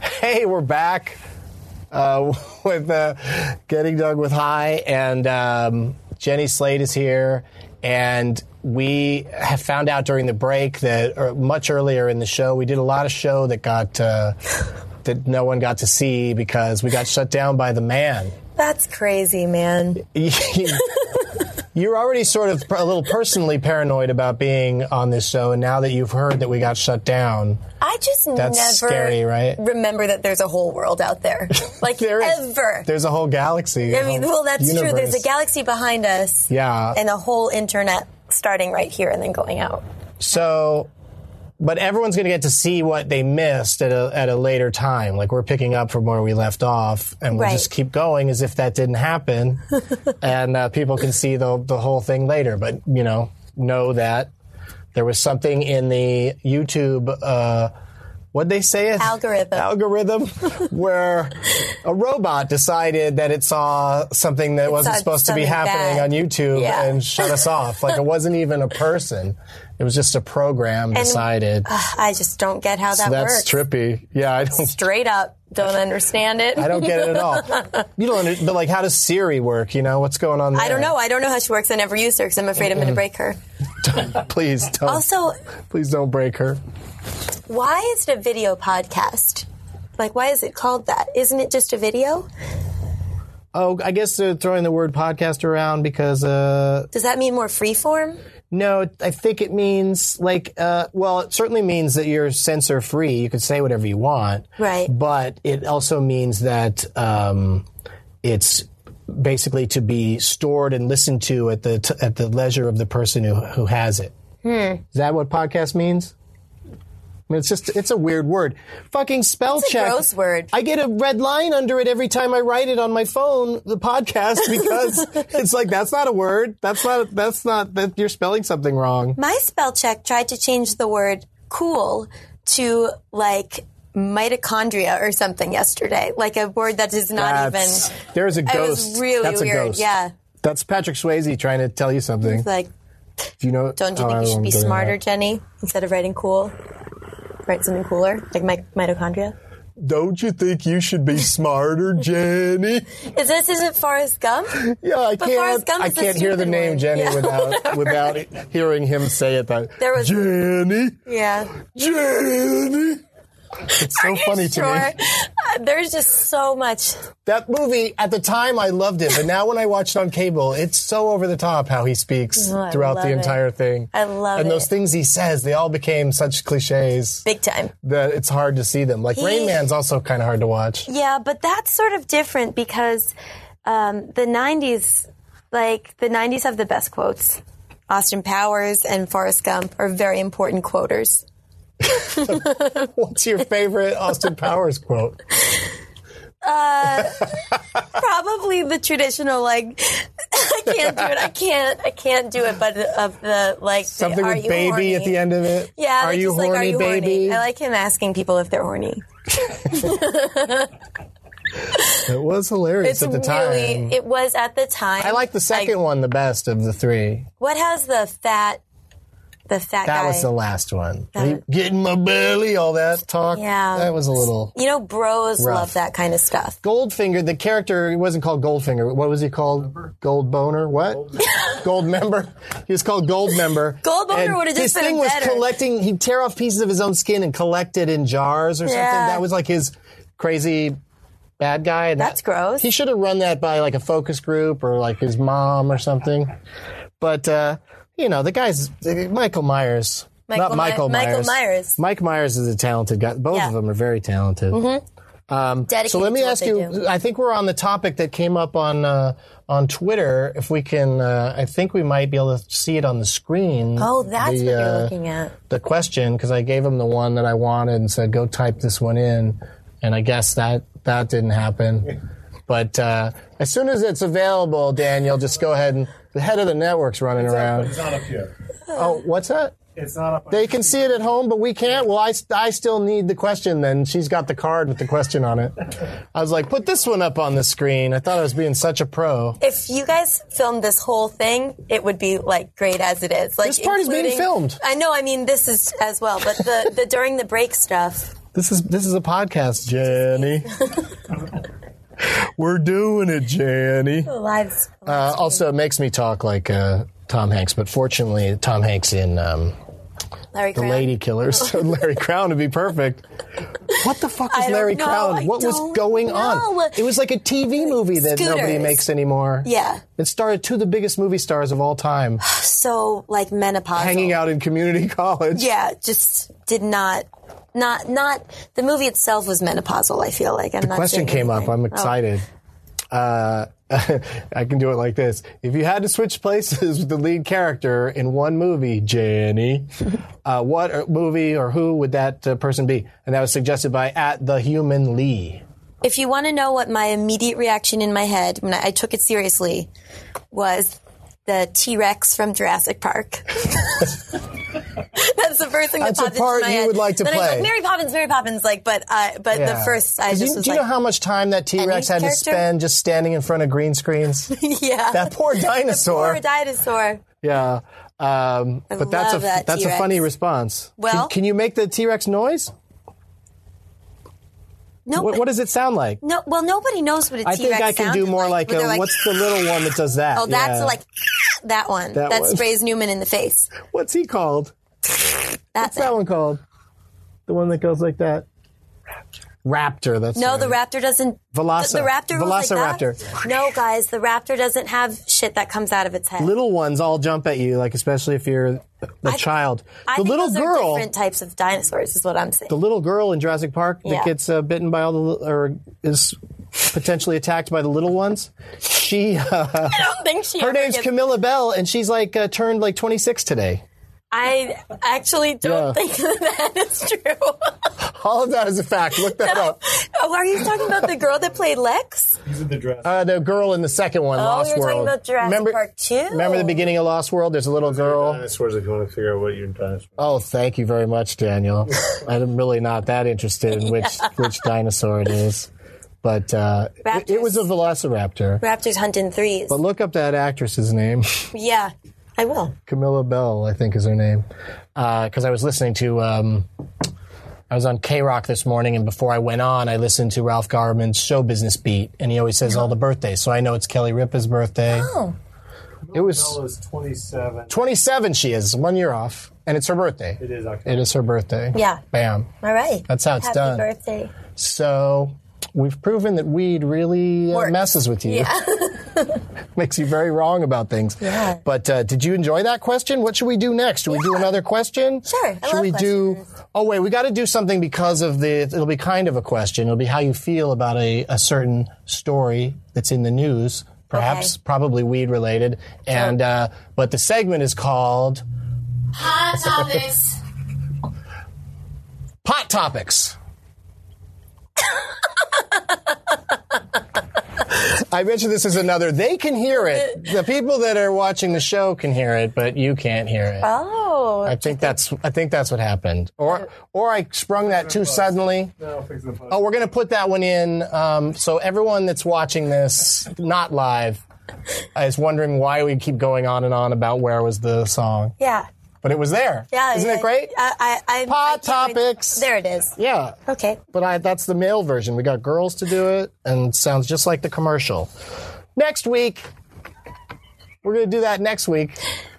Speaker 1: Hey, we're back uh, with uh, Getting Dug with High. And um, Jenny Slade is here. And we have found out during the break that or much earlier in the show, we did a lot of show that got. Uh, That no one got to see because we got shut down by the man.
Speaker 2: That's crazy, man.
Speaker 1: You're already sort of a little personally paranoid about being on this show, and now that you've heard that we got shut down,
Speaker 2: I just
Speaker 1: That's
Speaker 2: never
Speaker 1: scary, right?
Speaker 2: remember that there's a whole world out there. Like
Speaker 1: there is
Speaker 2: ever.
Speaker 1: there's a whole galaxy.
Speaker 2: I mean, well, that's true. There's a
Speaker 1: galaxy.
Speaker 2: galaxy behind us
Speaker 1: Yeah.
Speaker 2: and a whole internet starting right here and then going out.
Speaker 1: So, but everyone's going to get to see what they missed at a, at a later time. Like we're picking up from where we left off, and we'll
Speaker 2: Right.
Speaker 1: just keep going as if that didn't happen, and uh, people can see the the whole thing later. But you know, know that there was something in the YouTube. Uh, What'd they say? It?
Speaker 2: Algorithm.
Speaker 1: Algorithm, where a robot decided that it saw something that wasn't
Speaker 2: saw
Speaker 1: supposed to be
Speaker 2: something
Speaker 1: happening
Speaker 2: bad.
Speaker 1: on YouTube
Speaker 2: Yeah.
Speaker 1: and shut us off. Like it wasn't even a person. It was just a program decided.
Speaker 2: I just don't get how that
Speaker 1: That's
Speaker 2: uh, works.
Speaker 1: trippy. Yeah, I don't
Speaker 2: Straight up, don't understand it.
Speaker 1: I don't get it at all. You don't under, but like how does Siri work, you know? What's going on there?
Speaker 2: I don't know. I don't know how she works. I never used her because I'm afraid I'm going to break her.
Speaker 1: Please don't
Speaker 2: Also,
Speaker 1: please don't break her.
Speaker 2: why is it a video podcast? Like, why is it called that? Isn't it just a video?
Speaker 1: Oh, I guess they're throwing the word podcast around because uh
Speaker 2: Does that mean more freeform?
Speaker 1: No, I think it means like, uh, well, it certainly means that you're censor free. You can say whatever you want.
Speaker 2: Right.
Speaker 1: But it also means that um, it's basically to be stored and listened to at the t- at the leisure of the person who who has it. Is that what podcast means? I mean, it's just it's a weird word. Fucking spell
Speaker 2: It's a
Speaker 1: check.
Speaker 2: gross word.
Speaker 1: I get a red line under it every time I write it on my phone, the podcast, because it's like that's not a word. That's not that's not that you're spelling something wrong.
Speaker 2: My spell check tried to change the word cool to like mitochondria or something yesterday, like a word that is not
Speaker 1: That's-
Speaker 2: even.
Speaker 1: there is a
Speaker 2: It
Speaker 1: ghost.
Speaker 2: was really
Speaker 1: that's
Speaker 2: weird.
Speaker 1: a ghost.
Speaker 2: Yeah,
Speaker 1: That's Patrick Swayze trying to tell you something.
Speaker 2: It's like
Speaker 1: Do you know?
Speaker 2: Don't you
Speaker 1: oh, I
Speaker 2: think you should
Speaker 1: don't
Speaker 2: be
Speaker 1: know that.
Speaker 2: smarter, Jenny? Instead of writing cool, write something cooler, like mi- mitochondria.
Speaker 1: Don't you think you should be smarter, Jenny?
Speaker 2: Is this isn't Forrest Gump?
Speaker 1: Yeah, I
Speaker 2: But Forrest
Speaker 1: can't.
Speaker 2: Gump
Speaker 1: I
Speaker 2: is a
Speaker 1: can't hear the
Speaker 2: stupid
Speaker 1: name
Speaker 2: one.
Speaker 1: Jenny
Speaker 2: Yeah,
Speaker 1: without without hearing him say it. That
Speaker 2: There was-
Speaker 1: Jenny,
Speaker 2: Yeah.
Speaker 1: Jenny. It's so funny
Speaker 2: sure.
Speaker 1: to me.
Speaker 2: Uh, There's just so much.
Speaker 1: That movie at the time I loved it, but now when I watch it on cable, it's so over the top how he speaks
Speaker 2: Oh, I
Speaker 1: throughout the
Speaker 2: love it.
Speaker 1: entire thing.
Speaker 2: I love
Speaker 1: and those
Speaker 2: it.
Speaker 1: things he says, they all became such cliches
Speaker 2: Big time.
Speaker 1: that it's hard to see them. Like Rain
Speaker 2: He-
Speaker 1: Man's also kind of hard to watch.
Speaker 2: Yeah, but that's sort of different because um, the 90s, like, the 90s have the best quotes. Austin Powers and Forrest Gump are very important quoters.
Speaker 1: What's your favorite Austin Powers quote?
Speaker 2: Probably the traditional, like, I can't do it. I can't. I can't do it. But of the like,
Speaker 1: Something
Speaker 2: the, are
Speaker 1: with
Speaker 2: you
Speaker 1: baby
Speaker 2: horny?
Speaker 1: at the end of it.
Speaker 2: Yeah,
Speaker 1: are
Speaker 2: that's
Speaker 1: you
Speaker 2: just
Speaker 1: horny,
Speaker 2: like, are you horny?
Speaker 1: baby?
Speaker 2: I like him asking people if they're horny.
Speaker 1: it was hilarious at the time.
Speaker 2: really it was at the time.
Speaker 1: I like the second one the best of the three.
Speaker 2: What has the fat the fat
Speaker 1: That
Speaker 2: guy.
Speaker 1: was the last one. Get in my belly, all that talk.
Speaker 2: Yeah.
Speaker 1: That was a little.
Speaker 2: you know, bros love that kind of stuff.
Speaker 1: Goldfinger, the character, he wasn't called Goldfinger. What was he called? Gold Boner. What? Gold Member. He was called Gold Member.
Speaker 2: Gold Boner
Speaker 1: And
Speaker 2: would've just
Speaker 1: His
Speaker 2: been
Speaker 1: thing was
Speaker 2: better.
Speaker 1: collecting, he'd tear off pieces of his own skin and collect it in jars or something.
Speaker 2: Yeah.
Speaker 1: That was like his crazy bad guy. And
Speaker 2: That's gross.
Speaker 1: He should have run that by like a focus group or like his mom or something. But, uh, you know, the guy's uh, Michael Myers.
Speaker 2: Michael
Speaker 1: not
Speaker 2: My-
Speaker 1: Michael Myers.
Speaker 2: Michael Myers.
Speaker 1: Mike Myers is a talented guy. Both
Speaker 2: Yeah. Mm-hmm.
Speaker 1: of them are very talented.
Speaker 2: Dedicated
Speaker 1: So let me
Speaker 2: to what
Speaker 1: ask
Speaker 2: they
Speaker 1: you.
Speaker 2: do.
Speaker 1: I think we're on the topic that came up on uh, on Twitter. If we can, uh, I think we might be able to see it on the screen.
Speaker 2: Oh, that's
Speaker 1: the,
Speaker 2: what you're
Speaker 1: uh,
Speaker 2: looking at.
Speaker 1: The question because I gave him the one that I wanted and said, "Go type this one in," and I guess that that didn't happen. But uh, as soon as it's available, Daniel, just go ahead and the head of the network's running around.
Speaker 4: It's not up yet.
Speaker 1: Oh, what's that?
Speaker 4: It's not up.
Speaker 1: They can see it at home, but we can't. Well, I, I still need the question then. She's got the card with the question on it. I was like, put this one up on the screen. I thought I was being such a pro.
Speaker 2: If you guys filmed this whole thing, it would be like great as it is. Like
Speaker 1: This part is being
Speaker 2: including-
Speaker 1: filmed.
Speaker 2: I know. I mean, this is as well, but the, the during the break stuff.
Speaker 1: This is this is a podcast, Jenny. We're doing it, Jenny.
Speaker 2: The lives.
Speaker 1: Uh, also, it makes me talk like uh, Tom Hanks, but fortunately, Tom Hanks in um,
Speaker 2: Larry
Speaker 1: The
Speaker 2: Crown. Oh.
Speaker 1: Lady Killers, so Larry Crown would be perfect. What the fuck
Speaker 2: I
Speaker 1: was
Speaker 2: don't
Speaker 1: Larry
Speaker 2: know.
Speaker 1: Crown?
Speaker 2: I
Speaker 1: what was
Speaker 2: don't
Speaker 1: going on?
Speaker 2: know.
Speaker 1: It was like a TV movie that nobody
Speaker 2: Scooters.
Speaker 1: makes anymore.
Speaker 2: Yeah.
Speaker 1: It started two of the biggest movie stars of all time
Speaker 2: So like menopausal.
Speaker 1: hanging out in community college.
Speaker 2: Yeah, just did not. Not, not the movie itself was menopausal. I feel like I'm the not
Speaker 1: Question
Speaker 2: saying
Speaker 1: came up.
Speaker 2: anything.
Speaker 1: I'm
Speaker 2: Oh.
Speaker 1: excited. Uh, I can do it like this. If you had to switch places with the lead character in one movie, Jenny, uh, what or- movie or who would that uh, person be? And that was suggested by at the human Lee.
Speaker 2: If you want to know what my immediate reaction in my head when I, I took it seriously was the T Rex from Jurassic Park. That's the first thing that
Speaker 1: That's a
Speaker 2: popped
Speaker 1: part
Speaker 2: into my
Speaker 1: you
Speaker 2: head.
Speaker 1: would like to
Speaker 2: then I was
Speaker 1: play.
Speaker 2: like Mary Poppins, Mary Poppins, like, but uh, but
Speaker 1: Yeah.
Speaker 2: the first I
Speaker 1: 'Cause
Speaker 2: just
Speaker 1: you-
Speaker 2: was
Speaker 1: do you
Speaker 2: like,
Speaker 1: know how much time that T Rex had to
Speaker 2: character?
Speaker 1: spend just standing in front of green screens?
Speaker 2: yeah,
Speaker 1: that poor dinosaur.
Speaker 2: poor dinosaur.
Speaker 1: yeah, um, but that's a
Speaker 2: love that
Speaker 1: that's a
Speaker 2: T-Rex.
Speaker 1: funny response. Can-
Speaker 2: Well-
Speaker 1: can, you make the T Rex noise?
Speaker 2: No,
Speaker 1: What,
Speaker 2: but-
Speaker 1: what does it sound like?
Speaker 2: no, well, nobody knows what a T
Speaker 1: I
Speaker 2: Rex.
Speaker 1: think I can do more like, a, what's the little one that does that?
Speaker 2: Oh, that's
Speaker 1: Yeah.
Speaker 2: like that one
Speaker 1: That
Speaker 2: that,
Speaker 1: one.
Speaker 2: sprays Newman in the face.
Speaker 1: what's he called?
Speaker 2: That
Speaker 1: What's that one called? The one that goes like that. Raptor. That's
Speaker 2: No,
Speaker 1: right.
Speaker 2: the raptor doesn't.
Speaker 1: Veloci-
Speaker 2: The, the raptor was like
Speaker 1: Velociraptor.
Speaker 2: that. No, guys, the raptor doesn't have shit that comes out of its head.
Speaker 1: little ones all jump at you, like especially if you're a child.
Speaker 2: I
Speaker 1: the
Speaker 2: think
Speaker 1: little
Speaker 2: those
Speaker 1: girl.
Speaker 2: Are different types of dinosaurs is what I'm saying.
Speaker 1: the little girl in Jurassic Park that
Speaker 2: Yeah.
Speaker 1: gets uh, bitten by all the li- or is potentially attacked by the little ones. She uh,
Speaker 2: I don't think she.
Speaker 1: her
Speaker 2: ever
Speaker 1: name's
Speaker 2: gets-
Speaker 1: Camilla Bell, and she's like uh, turned like 26 today.
Speaker 2: I actually
Speaker 1: Yeah.
Speaker 2: don't think that is true.
Speaker 1: All of that is a fact. Look that up.
Speaker 2: oh, are you talking about the girl that played Lex?
Speaker 4: He's in the dress.
Speaker 1: Uh, the girl in the second one, Lost
Speaker 2: Oh, you're
Speaker 1: World.
Speaker 2: talking about Jurassic
Speaker 1: remember,
Speaker 2: Park 2?
Speaker 1: Remember the beginning of Lost World? There's a little girl.
Speaker 4: Dinosaurs, if you want to figure out what your dinosaur.
Speaker 1: Oh, thank you very much, Daniel. I'm really not that interested in which which dinosaur it is, but uh, it, it
Speaker 2: Raptors.
Speaker 1: was a Velociraptor.
Speaker 2: Raptors hunt in threes.
Speaker 1: But look up that actress's name.
Speaker 2: yeah, I will.
Speaker 1: Camilla Bell, I think is her name. Because I was listening to, um, I was on K Rock this morning, and before I went on, I listened to Ralph Garman's show business beat, and he always says all the birthdays. So I know it's Kelly Ripa's birthday. Oh. It was
Speaker 4: is 27.
Speaker 1: 27, she is, one year off, and it's her birthday.
Speaker 4: It is October.
Speaker 1: It is her birthday.
Speaker 2: Yeah.
Speaker 1: Bam.
Speaker 2: All right.
Speaker 1: That's how it's
Speaker 2: Happy
Speaker 1: done.
Speaker 2: birthday.
Speaker 1: So we've proven that weed really uh,
Speaker 2: Works.
Speaker 1: messes with you. Makes you very wrong about things.
Speaker 2: Yeah.
Speaker 1: But uh, did you enjoy that question? What should we do next? Should we do another question?
Speaker 2: Sure. I
Speaker 1: should
Speaker 2: love
Speaker 1: we do? Oh wait, we got to do something because of the. It'll be kind of a question. It'll be how you feel about a, a certain story that's in the news, perhaps
Speaker 2: Okay.
Speaker 1: probably weed related. And uh, but the segment is called
Speaker 5: Hot topics.
Speaker 1: Pot Topics. I bet you this is another. They can hear it. The people that are watching the show can hear it, but you can't hear it.
Speaker 2: Oh,
Speaker 1: I think that's I think that's what happened. Or or I sprung that too suddenly.
Speaker 4: No, fix the phone.
Speaker 1: Oh, we're gonna put that one in. Um, so everyone that's watching this not live is wondering why we keep going on and on about where was the song.
Speaker 2: yeah.
Speaker 1: but it was there.
Speaker 2: Yeah,
Speaker 1: Isn't it great?
Speaker 2: I, I, I,
Speaker 1: Pod
Speaker 2: I can't wait-
Speaker 1: topics.
Speaker 2: There it is.
Speaker 1: yeah.
Speaker 2: Okay.
Speaker 1: But I, that's the male version. We got girls to do it, and it sounds just like the commercial. Next week, we're going to do that next week.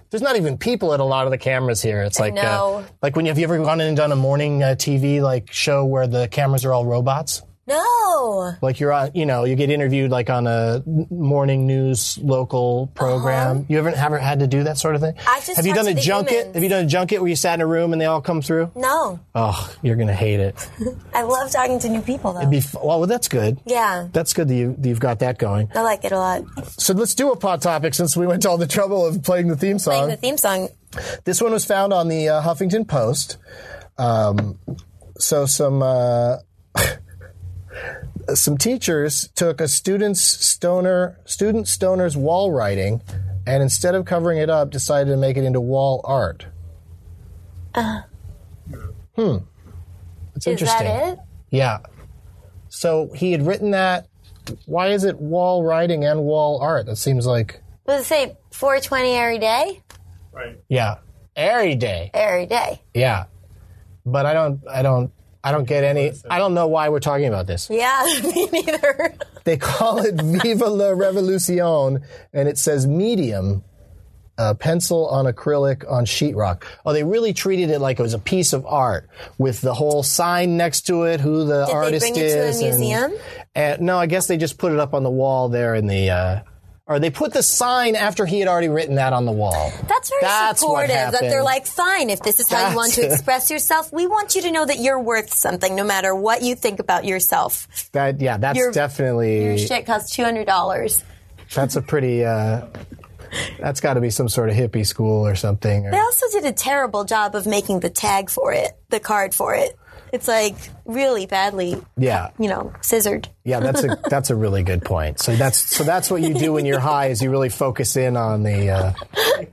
Speaker 1: There's not even people at a lot of the cameras here. It's like,
Speaker 2: know.
Speaker 1: uh, like when you, have you ever gone in and done a morning uh, TV like show where the cameras are all robots?
Speaker 2: No.
Speaker 1: Like you're on, you know, you get interviewed like on a morning news local program. You haven't ever had to do that sort of thing.
Speaker 2: I've Uh-huh. just
Speaker 1: have you
Speaker 2: talked
Speaker 1: done
Speaker 2: to
Speaker 1: a
Speaker 2: the
Speaker 1: junket?
Speaker 2: humans.
Speaker 1: Have you done a junket where you sat in a room and they all come through?
Speaker 2: No.
Speaker 1: Oh, you're gonna hate it.
Speaker 2: I love talking to new people though.
Speaker 1: Be- well, that's good.
Speaker 2: yeah.
Speaker 1: That's good that, you, that you've got that going.
Speaker 2: I like it a lot.
Speaker 1: So let's do a pod topic since we went to all the trouble of playing the theme
Speaker 2: Playing
Speaker 1: song.
Speaker 2: the theme song.
Speaker 1: this one was found on the uh, Huffington Post. Um, so some uh, some teachers took a student's stoner student stoner's wall writing, and instead of covering it up, decided to make it into wall art. Uh, hmm. It's
Speaker 2: Uh-huh. Is
Speaker 1: interesting.
Speaker 2: that it?
Speaker 1: Yeah. So he had written that. Why is it wall writing and wall art? That seems like
Speaker 2: Was it say 420 every day?
Speaker 4: Right.
Speaker 1: yeah, every day.
Speaker 2: Every day.
Speaker 1: Yeah, but I don't, I don't, I don't get any. I don't know why we're talking about this.
Speaker 2: Yeah, me neither.
Speaker 1: They call it "Viva la Revolucion," and it says medium. Uh, pencil on acrylic on sheetrock. Oh, they really treated it like it was a piece of art with the whole sign next to it, who the
Speaker 2: Did they
Speaker 1: artist
Speaker 2: bring it to a
Speaker 1: is. and-
Speaker 2: museum?
Speaker 1: And no, I guess they just put it up on the wall there in the, uh, or they put the sign after he had already written that on the wall.
Speaker 2: That's very
Speaker 1: That's what
Speaker 2: supportive that they're
Speaker 1: happened.
Speaker 2: like, fine, if this is how
Speaker 1: That's-
Speaker 2: you want to express yourself, we want you to know that you're worth something no matter what you think about yourself.
Speaker 1: That yeah, that's
Speaker 2: Your- Your
Speaker 1: definitely
Speaker 2: shit costs $200.
Speaker 1: that's a pretty. Uh, that's got to be some sort of hippie school or something. or-
Speaker 2: They also did a terrible job of making the tag for it, the card for it. It's like really badly,
Speaker 1: yeah,
Speaker 2: you know, scissored.
Speaker 1: yeah, that's a that's a really good point. So that's so that's what you do when you're high is you really focus in on the uh,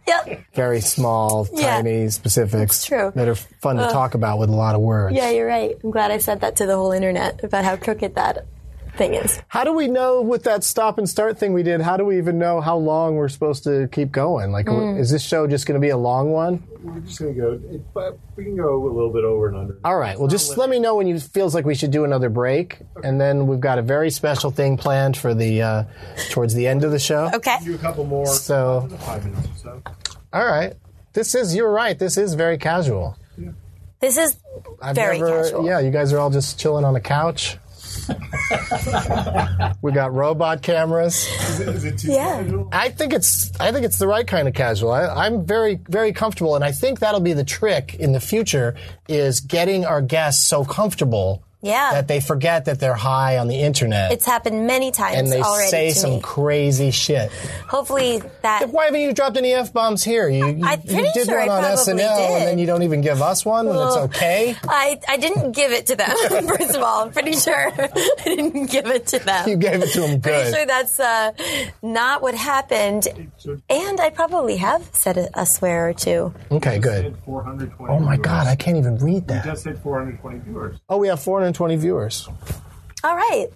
Speaker 2: Yep.
Speaker 1: very small,
Speaker 2: Yeah.
Speaker 1: tiny specifics
Speaker 2: true. Uh,
Speaker 1: that are fun to talk about with a lot of words.
Speaker 2: Yeah, you're right. I'm glad I said that to the whole internet about how crooked that thing is.
Speaker 1: How do we know with that stop and start thing we did? How do we even know how long we're supposed to keep going? Like,
Speaker 2: Mm.
Speaker 1: is this show just going to be a long one?
Speaker 4: We're just gonna go. It, but we can go a little bit over and under.
Speaker 1: All right. Well, just let me know when you feels like we should do another break, and then we've got a very special thing planned for the uh, towards the end of the show.
Speaker 2: Okay.
Speaker 4: Do a couple more.
Speaker 1: So,
Speaker 4: five minutes or so.
Speaker 1: all right. This is you're right. This is very casual.
Speaker 2: This is
Speaker 1: I've
Speaker 2: Very casual.
Speaker 1: Yeah, you guys are all just chilling on the couch. we got robot cameras.
Speaker 4: Is it, is it too
Speaker 2: Yeah.
Speaker 4: casual?
Speaker 1: I think it's I think it's the right kind of casual. I, I'm very very comfortable, and I think that'll be the trick in the future is getting our guests so comfortable
Speaker 2: Yeah.
Speaker 1: that they forget that they're high on the internet.
Speaker 2: it's happened many times
Speaker 1: and they
Speaker 2: already
Speaker 1: say
Speaker 2: to
Speaker 1: some
Speaker 2: me.
Speaker 1: crazy shit.
Speaker 2: Hopefully that
Speaker 1: Why haven't you dropped any f bombs here? You, you,
Speaker 2: I'm
Speaker 1: you
Speaker 2: pretty
Speaker 1: did
Speaker 2: sure
Speaker 1: one
Speaker 2: I
Speaker 1: on
Speaker 2: probably
Speaker 1: SNL,
Speaker 2: did.
Speaker 1: and then you don't even give us one when it's
Speaker 2: Ugh.
Speaker 1: okay.
Speaker 2: I, I didn't give it to them. First of all, I'm pretty sure I didn't give it to them.
Speaker 1: You gave it to them
Speaker 2: pretty
Speaker 1: good.
Speaker 2: sure that's uh, not what happened. And I probably have said a, a swear or two.
Speaker 1: Okay, good.
Speaker 4: Hit 420
Speaker 1: Oh my
Speaker 4: viewers.
Speaker 1: god, I can't even read
Speaker 4: We
Speaker 1: that.
Speaker 4: just hit 420 viewers.
Speaker 1: Oh, we have 420 viewers.
Speaker 2: All right.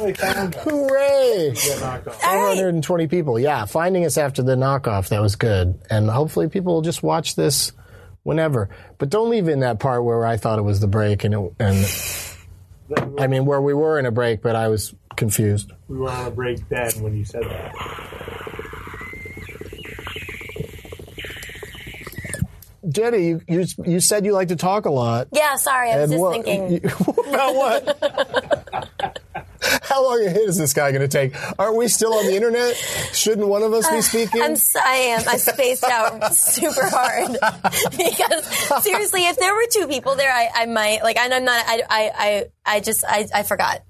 Speaker 4: They found us.
Speaker 1: Hooray!
Speaker 4: Got knocked off.
Speaker 2: All right.
Speaker 1: 420 people. Yeah, finding us after the knockoff that was good, and hopefully people will just watch this whenever. But don't leave in that part where I thought it was the break, and it, and I mean where we were in a break, but I was confused.
Speaker 4: We were on a break then when you said that.
Speaker 1: Jenny, you, you you said you like to talk a lot.
Speaker 2: Yeah, sorry. I was just
Speaker 1: what-
Speaker 2: thinking.
Speaker 1: you- about what? How long a hit is this guy going to take? Aren't we still on the internet? Shouldn't one of us be speaking?
Speaker 2: Uh, I'm, s- I am. I spaced out super hard because seriously, if there were two people there, I, I might like. And I'm not. I, I, I, I just. I, I forgot.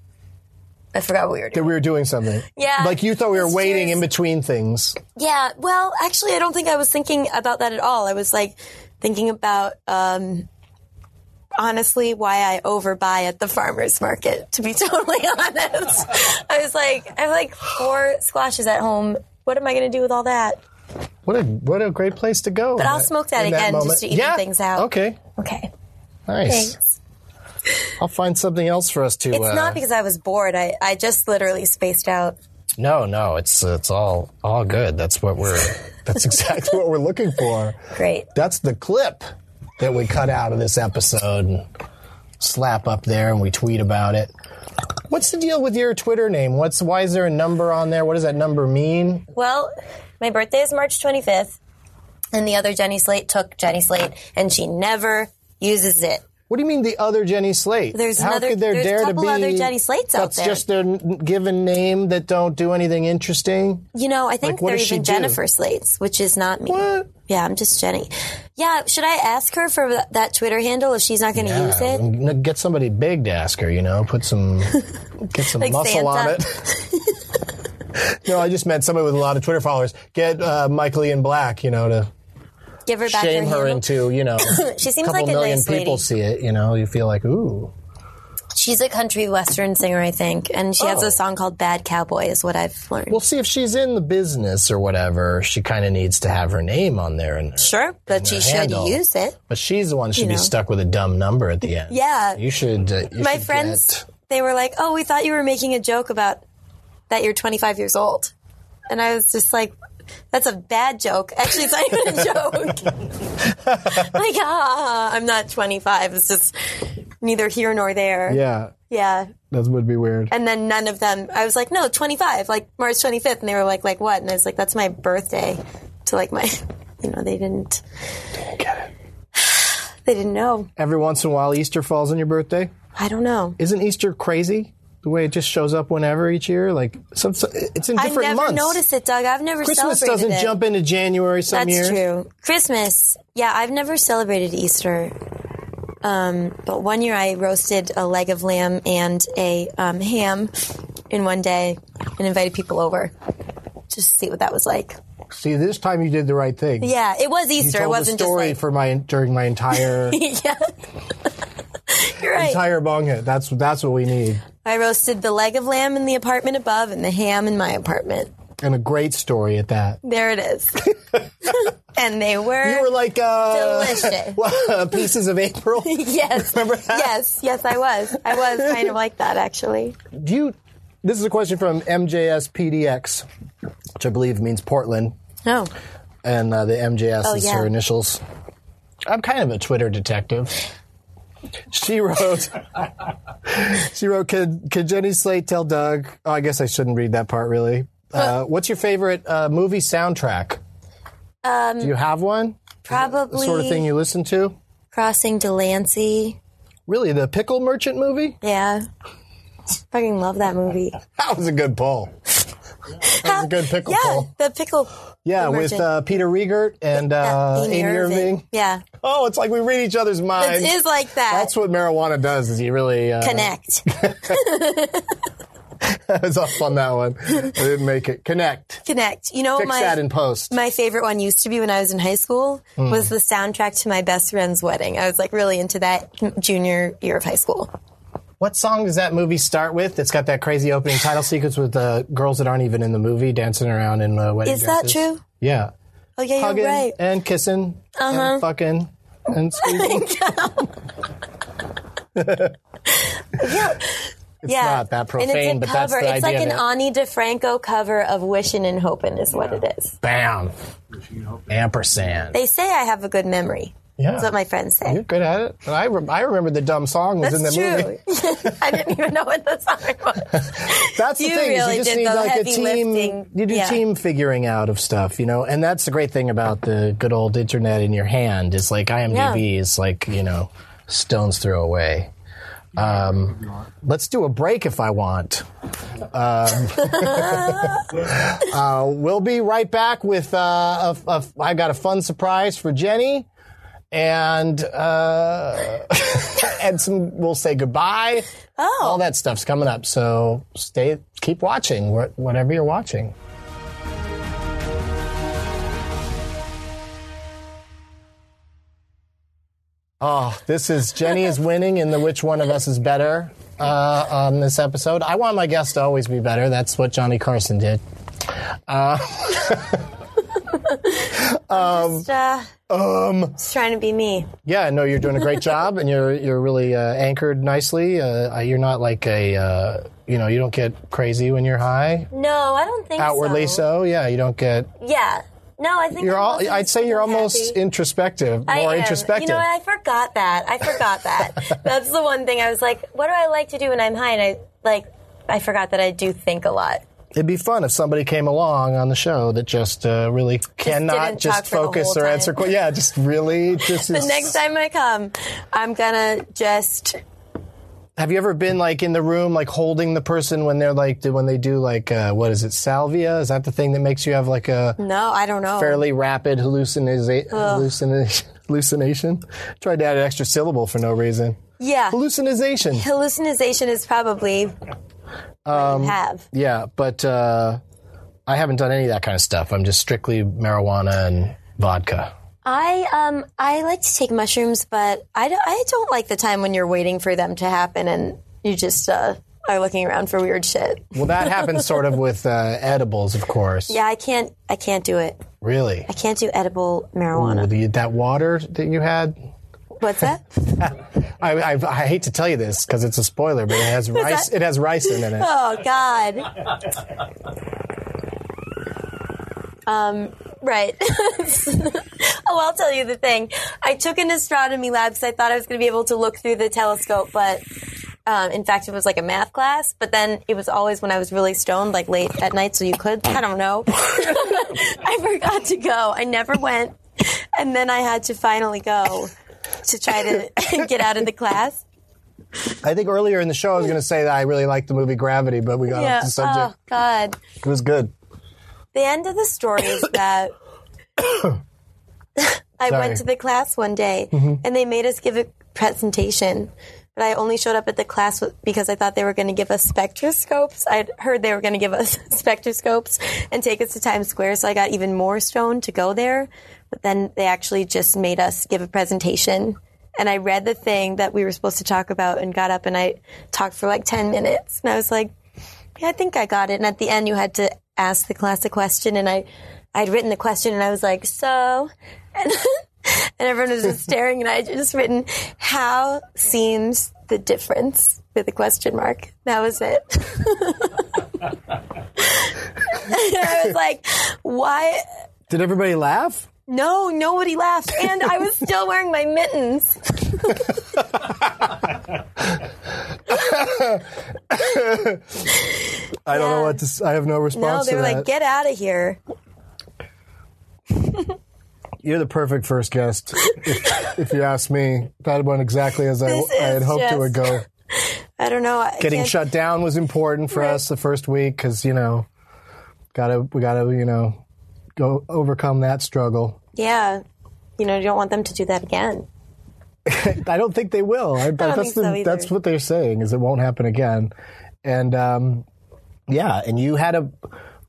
Speaker 2: I forgot what we were doing.
Speaker 1: that we were doing something.
Speaker 2: Yeah.
Speaker 1: Like you thought we were
Speaker 2: It's
Speaker 1: waiting
Speaker 2: serious.
Speaker 1: in between things.
Speaker 2: Yeah, well, actually, I don't think I was thinking about that at all. I was like thinking about, um, honestly, why I overbuy at the farmer's market, to be totally honest. I was like, I have like four squashes at home. What am I going to do with all that?
Speaker 1: What a what a great place to go. But
Speaker 2: I'll smoke that again just to even
Speaker 1: yeah.
Speaker 2: things out.
Speaker 1: Okay.
Speaker 2: Okay,
Speaker 1: Nice.
Speaker 2: thanks.
Speaker 1: I'll find something else for us to.
Speaker 2: It's
Speaker 1: uh,
Speaker 2: not because I was bored. I, I just literally spaced out.
Speaker 1: No, no, it's it's all all good. That's what we're that's exactly what we're looking for.
Speaker 2: Great.
Speaker 1: That's the clip that we cut out of this episode and slap up there and we tweet about it. What's the deal with your Twitter name? What's why is there a number on there? What does that number mean?
Speaker 2: Well, my birthday is March 25th, and the other Jenny Slate took Jenny Slate, and she never uses it.
Speaker 1: What do you mean the other Jenny Slate?
Speaker 2: There's
Speaker 1: How
Speaker 2: another-
Speaker 1: could there
Speaker 2: there's a
Speaker 1: dare
Speaker 2: couple
Speaker 1: to be
Speaker 2: other Jenny Slates out
Speaker 1: that's
Speaker 2: there.
Speaker 1: just their n- given name that don't do anything interesting.
Speaker 2: You know, I think
Speaker 1: Like, what
Speaker 2: they're
Speaker 1: does she
Speaker 2: even
Speaker 1: do?
Speaker 2: Jennifer Slates, which is not me.
Speaker 1: What?
Speaker 2: Yeah, I'm just Jenny. Yeah, should I ask her for th- that Twitter handle if she's not going to use
Speaker 1: Yeah,
Speaker 2: it?
Speaker 1: n- Get somebody big to ask her, you know, put some get some
Speaker 2: Like
Speaker 1: muscle on
Speaker 2: Santa.
Speaker 1: it. no, I just meant somebody with a lot of Twitter followers. Get uh, Michael Ian Black, you know, to
Speaker 2: Give her back
Speaker 1: shame
Speaker 2: her,
Speaker 1: her
Speaker 2: handle.
Speaker 1: into, you know,
Speaker 2: She seems
Speaker 1: couple
Speaker 2: like a
Speaker 1: million
Speaker 2: nice
Speaker 1: people
Speaker 2: lady.
Speaker 1: see it, you know, you feel like, ooh.
Speaker 2: She's a country western singer, I think, and she has
Speaker 1: Oh.
Speaker 2: a song called "Bad Cowboy," is what I've learned.
Speaker 1: We'll see if she's in the business or whatever. She kind of needs to have her name on there. And
Speaker 2: sure, but she should
Speaker 1: handle.
Speaker 2: use it.
Speaker 1: But she's the one who should
Speaker 2: You
Speaker 1: be
Speaker 2: know.
Speaker 1: stuck with a dumb number at the end.
Speaker 2: Yeah.
Speaker 1: You should. Uh, you
Speaker 2: My
Speaker 1: should
Speaker 2: friends,
Speaker 1: get-
Speaker 2: they were like, "Oh, we thought you were making a joke about that you're 25 years old," and I was just like, "That's a bad joke. Actually, it's not even a joke. like, ah, I'm not 25. It's just neither here nor there.
Speaker 1: yeah.
Speaker 2: yeah.
Speaker 1: That would be weird.
Speaker 2: And then none of them. I was like, "No, 25, like March 25th," and they were like, "Like what?" And I was like, "That's my birthday." To like my, you know, they didn't,
Speaker 1: Get it.
Speaker 2: they didn't know.
Speaker 1: Every once in a while, Easter falls on your birthday.
Speaker 2: I don't know.
Speaker 1: Isn't Easter crazy? The way it just shows up whenever each year, like some, so- it's in
Speaker 2: I
Speaker 1: different
Speaker 2: never
Speaker 1: months.
Speaker 2: noticed it, Doug. I've never
Speaker 1: Christmas
Speaker 2: celebrated
Speaker 1: doesn't
Speaker 2: it.
Speaker 1: jump into January some
Speaker 2: That's
Speaker 1: years.
Speaker 2: true. Christmas. Yeah, I've never celebrated Easter. Um, but one year I roasted a leg of lamb and a um, ham in one day and invited people over just to see what that was like.
Speaker 1: See, this time you did the right thing.
Speaker 2: Yeah, it was
Speaker 1: you
Speaker 2: Easter.
Speaker 1: told
Speaker 2: it wasn't
Speaker 1: the story for my during my entire
Speaker 2: just like. yeah. You're right.
Speaker 1: entire bong hit. That's that's what we need.
Speaker 2: I roasted the leg of lamb in the apartment above and the ham in my apartment.
Speaker 1: And a great story at that.
Speaker 2: There it is. and they
Speaker 1: You were like uh,
Speaker 2: delicious.
Speaker 1: pieces of April.
Speaker 2: Yes.
Speaker 1: Remember that?
Speaker 2: Yes, yes, I was. I was kind of like that, actually.
Speaker 1: Do you? This is a question from MJSPDX, which I believe means Portland,
Speaker 2: No.
Speaker 1: and uh, the MJS
Speaker 2: Oh,
Speaker 1: is
Speaker 2: yeah.
Speaker 1: her initials. I'm kind of a Twitter detective. She wrote. she wrote. Could could Jenny Slate tell Doug? Oh, I guess I shouldn't read that part really. Uh, what's your favorite uh, movie soundtrack?
Speaker 2: um,
Speaker 1: Do you have one? The
Speaker 2: Probably
Speaker 1: sort of thing you listen to?
Speaker 2: crossing Delancey.
Speaker 1: Really, the Pickle Merchant movie?
Speaker 2: Yeah. Fucking love that movie.
Speaker 1: That was a good poll. that was a good pickle
Speaker 2: yeah,
Speaker 1: poll.
Speaker 2: the pickle.
Speaker 1: Yeah,
Speaker 2: The
Speaker 1: with
Speaker 2: Merchant.
Speaker 1: uh, Peter Riegert and uh,
Speaker 2: Amy
Speaker 1: Amy Irving.
Speaker 2: Yeah.
Speaker 1: Oh, it's like we read each other's minds.
Speaker 2: It is like that.
Speaker 1: That's what marijuana does. Is you really? Uh,
Speaker 2: Connect.
Speaker 1: I was off on that one. I didn't make it. Connect.
Speaker 2: Connect. You know what
Speaker 1: Fix that
Speaker 2: my
Speaker 1: in Hmm. post.
Speaker 2: my favorite one used to be when I was in high school was the soundtrack to my best friend's wedding. I was like really into that junior year of high school.
Speaker 1: what song does that movie start with? It's got that crazy opening title sequence with the girls that aren't even in the movie dancing around in uh, wedding
Speaker 2: Is that
Speaker 1: dresses.
Speaker 2: true?
Speaker 1: Yeah.
Speaker 2: Oh yeah,
Speaker 1: Hugging
Speaker 2: you're right. Uh-huh.
Speaker 1: and kissing and fucking and squeezing.
Speaker 2: It's yeah.
Speaker 1: not that
Speaker 2: and it's a
Speaker 1: profane, but that's
Speaker 2: cover.
Speaker 1: the
Speaker 2: it's
Speaker 1: idea
Speaker 2: like an
Speaker 1: of it.
Speaker 2: Ani DeFranco cover of "Wishing and Hoping" is what it is.
Speaker 1: Bam. Ampersand.
Speaker 2: They say I have a good memory.
Speaker 1: Yeah.
Speaker 2: That's what my friends say.
Speaker 1: You're good at it. And I, re- I remember the dumb song was in the
Speaker 2: That's true.
Speaker 1: movie.
Speaker 2: I didn't even know what the song was.
Speaker 1: That's the
Speaker 2: You
Speaker 1: thing. is
Speaker 2: really
Speaker 1: you just
Speaker 2: did
Speaker 1: need
Speaker 2: the
Speaker 1: like a
Speaker 2: heavy
Speaker 1: team.
Speaker 2: lifting.
Speaker 1: You do
Speaker 2: Yeah.
Speaker 1: team figuring out of stuff, you know. And that's the great thing about the good old internet in your hand. Is like IMDb is like you know, stones throw away. Um, let's do a break if I want. Um, uh, we'll be right back with uh, a, a, I got a fun surprise for Jenny, and uh, and some. We'll say goodbye. Oh, all that stuff's coming up. So stay, keep watching wh- whatever you're watching. Oh, this is Jenny is winning in the which one of us is better uh, on this episode. I want my guests to always be better. That's what Johnny Carson did.
Speaker 2: Just, uh,
Speaker 1: um,
Speaker 2: It's trying to be me.
Speaker 1: yeah, no, you're doing a great job, and you're you're really uh, anchored nicely. Uh, you're not like a, uh, you know, you don't get crazy when you're high.
Speaker 2: No, I don't think
Speaker 1: Outwardly
Speaker 2: so.
Speaker 1: so, yeah, you don't get.
Speaker 2: Yeah. No, I think
Speaker 1: You're
Speaker 2: I'm
Speaker 1: all.
Speaker 2: mostly
Speaker 1: I'd
Speaker 2: just
Speaker 1: say you're
Speaker 2: happy.
Speaker 1: almost introspective,
Speaker 2: I
Speaker 1: more
Speaker 2: am.
Speaker 1: introspective.
Speaker 2: You know, I forgot that. I forgot that. That's the one thing I was like, what do I like to do when I'm high? And I like, I forgot that I do think a lot.
Speaker 1: It'd be fun if somebody came along on the show that just uh, really cannot
Speaker 2: didn't talk
Speaker 1: just
Speaker 2: for the
Speaker 1: focus
Speaker 2: whole
Speaker 1: or
Speaker 2: time.
Speaker 1: answer. que- Yeah, just really. Just
Speaker 2: The next time I come, I'm gonna just
Speaker 1: Have you ever been like in the room, like holding the person when they're like when they do like uh, what is it, salvia? Is that the thing that makes you have like a
Speaker 2: no. I don't know.
Speaker 1: fairly rapid halluciniza- hallucina- hallucination? Tried to add an extra syllable for no reason.
Speaker 2: Yeah.
Speaker 1: Hallucinization.
Speaker 2: Hallucination is probably
Speaker 1: Um,
Speaker 2: what you have.
Speaker 1: Yeah, but uh, I haven't done any of that kind of stuff. I'm just strictly marijuana and vodka.
Speaker 2: I um I like to take mushrooms, but I don't, I don't like the time when you're waiting for them to happen and you just uh, are looking around for weird shit.
Speaker 1: Well, that happens sort of with uh, edibles, of course.
Speaker 2: Yeah, I can't I can't do it.
Speaker 1: Really?
Speaker 2: I can't do edible marijuana.
Speaker 1: Ooh, the, that water that you had.
Speaker 2: What's that?
Speaker 1: I, I, I hate to tell you this because it's a spoiler, but it has rice.
Speaker 2: that-
Speaker 1: It has ricin in it.
Speaker 2: Oh God. Um. Um, Right. oh, I'll tell you the thing. I took an astronomy lab because I thought I was going to be able to look through the telescope, but um, in fact, it was like a math class. But then it was always when I was really stoned, like late at night, so you could. I don't know. I forgot to go. I never went, and then I had to finally go to try to get out of the class.
Speaker 1: I think earlier in the show I was going to say that I really liked the movie Gravity, but we got off the
Speaker 2: Oh
Speaker 1: subject.
Speaker 2: God.
Speaker 1: It was good.
Speaker 2: The end of the story is that I
Speaker 1: Sorry.
Speaker 2: went to the class one day and they made us give a presentation. But I only showed up at the class with- because I thought they were going to give us spectroscopes. I'd heard they were going to give us spectroscopes and take us to Times Square, so I got even more stoned to go there. But then they actually just made us give a presentation. And I read the thing that we were supposed to talk about and got up and I talked for like 10 minutes. And I was like, yeah, I think I got it. And at the end, you had to ask the class a question, and I, I'd written the question, and I was like, so, and, and everyone was just staring, and I had just written, how seems the difference with a question mark. That was it. and I was like, why?
Speaker 1: Did everybody laugh?
Speaker 2: No, nobody laughed, and I was still wearing my mittens.
Speaker 1: I don't know
Speaker 2: Yeah.
Speaker 1: what to. s- I have no
Speaker 2: No,
Speaker 1: response
Speaker 2: they were
Speaker 1: to that.
Speaker 2: like, get out of here.
Speaker 1: You're the perfect first guest, if, if you ask me. That went exactly as I,
Speaker 2: This
Speaker 1: I had
Speaker 2: is
Speaker 1: hoped it
Speaker 2: just-
Speaker 1: would go.
Speaker 2: I don't know. I
Speaker 1: Getting
Speaker 2: can't-
Speaker 1: shut down was important for
Speaker 2: Right.
Speaker 1: us the first week because you know, gotta we gotta you know, go overcome that struggle.
Speaker 2: Yeah. You know, you don't want them to do that again.
Speaker 1: I don't think they will. I, that's
Speaker 2: think so
Speaker 1: the,
Speaker 2: either.
Speaker 1: that's what they're saying is it won't happen again, and um, yeah, and you had a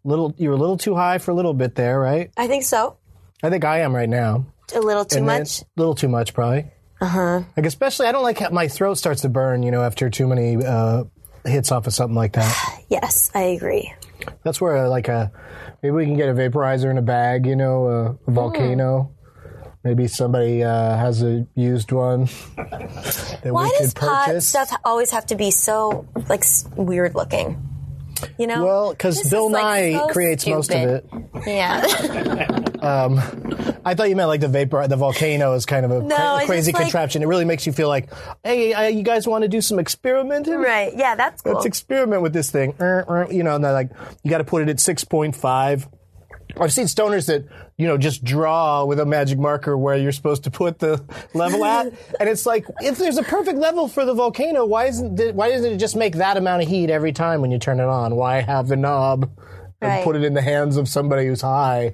Speaker 1: little you were a little too high for a little bit there, right?
Speaker 2: I think so.
Speaker 1: I think I am right now.
Speaker 2: A little too
Speaker 1: And then-
Speaker 2: much. Uh-huh.
Speaker 1: little too much, probably. Uh huh. Like especially, I don't like how my throat starts to burn. You know, after too many uh, hits off of something like that.
Speaker 2: Yes, I agree.
Speaker 1: That's where uh, like a maybe we can get a vaporizer in a bag. You know, a
Speaker 2: Hmm.
Speaker 1: volcano. Maybe somebody uh, has a used one that
Speaker 2: Why
Speaker 1: we
Speaker 2: does
Speaker 1: could
Speaker 2: pot
Speaker 1: purchase.
Speaker 2: stuff always have to be so like s- weird looking? You know?
Speaker 1: well, because
Speaker 2: This
Speaker 1: Bill
Speaker 2: is, like,
Speaker 1: Nye
Speaker 2: so
Speaker 1: creates most of it.
Speaker 2: stupid. yeah.
Speaker 1: I thought you meant like the vapor, the volcano is kind of a cra-
Speaker 2: I just
Speaker 1: crazy
Speaker 2: like-
Speaker 1: contraption. It really makes you feel like, hey, uh, you guys want to do some experimenting?
Speaker 2: right. Yeah, that's cool.
Speaker 1: let's experiment with this thing. Er, er, You know, and they're like, you got to put it at 6.5. I've seen stoners that, you know, just draw with a magic marker where you're supposed to put the level at. and it's like, if there's a perfect level for the volcano, why isn't it, why doesn't it just make that amount of heat every time when you turn it on? Why have the knob and
Speaker 2: Right.
Speaker 1: put it in the hands of somebody who's high?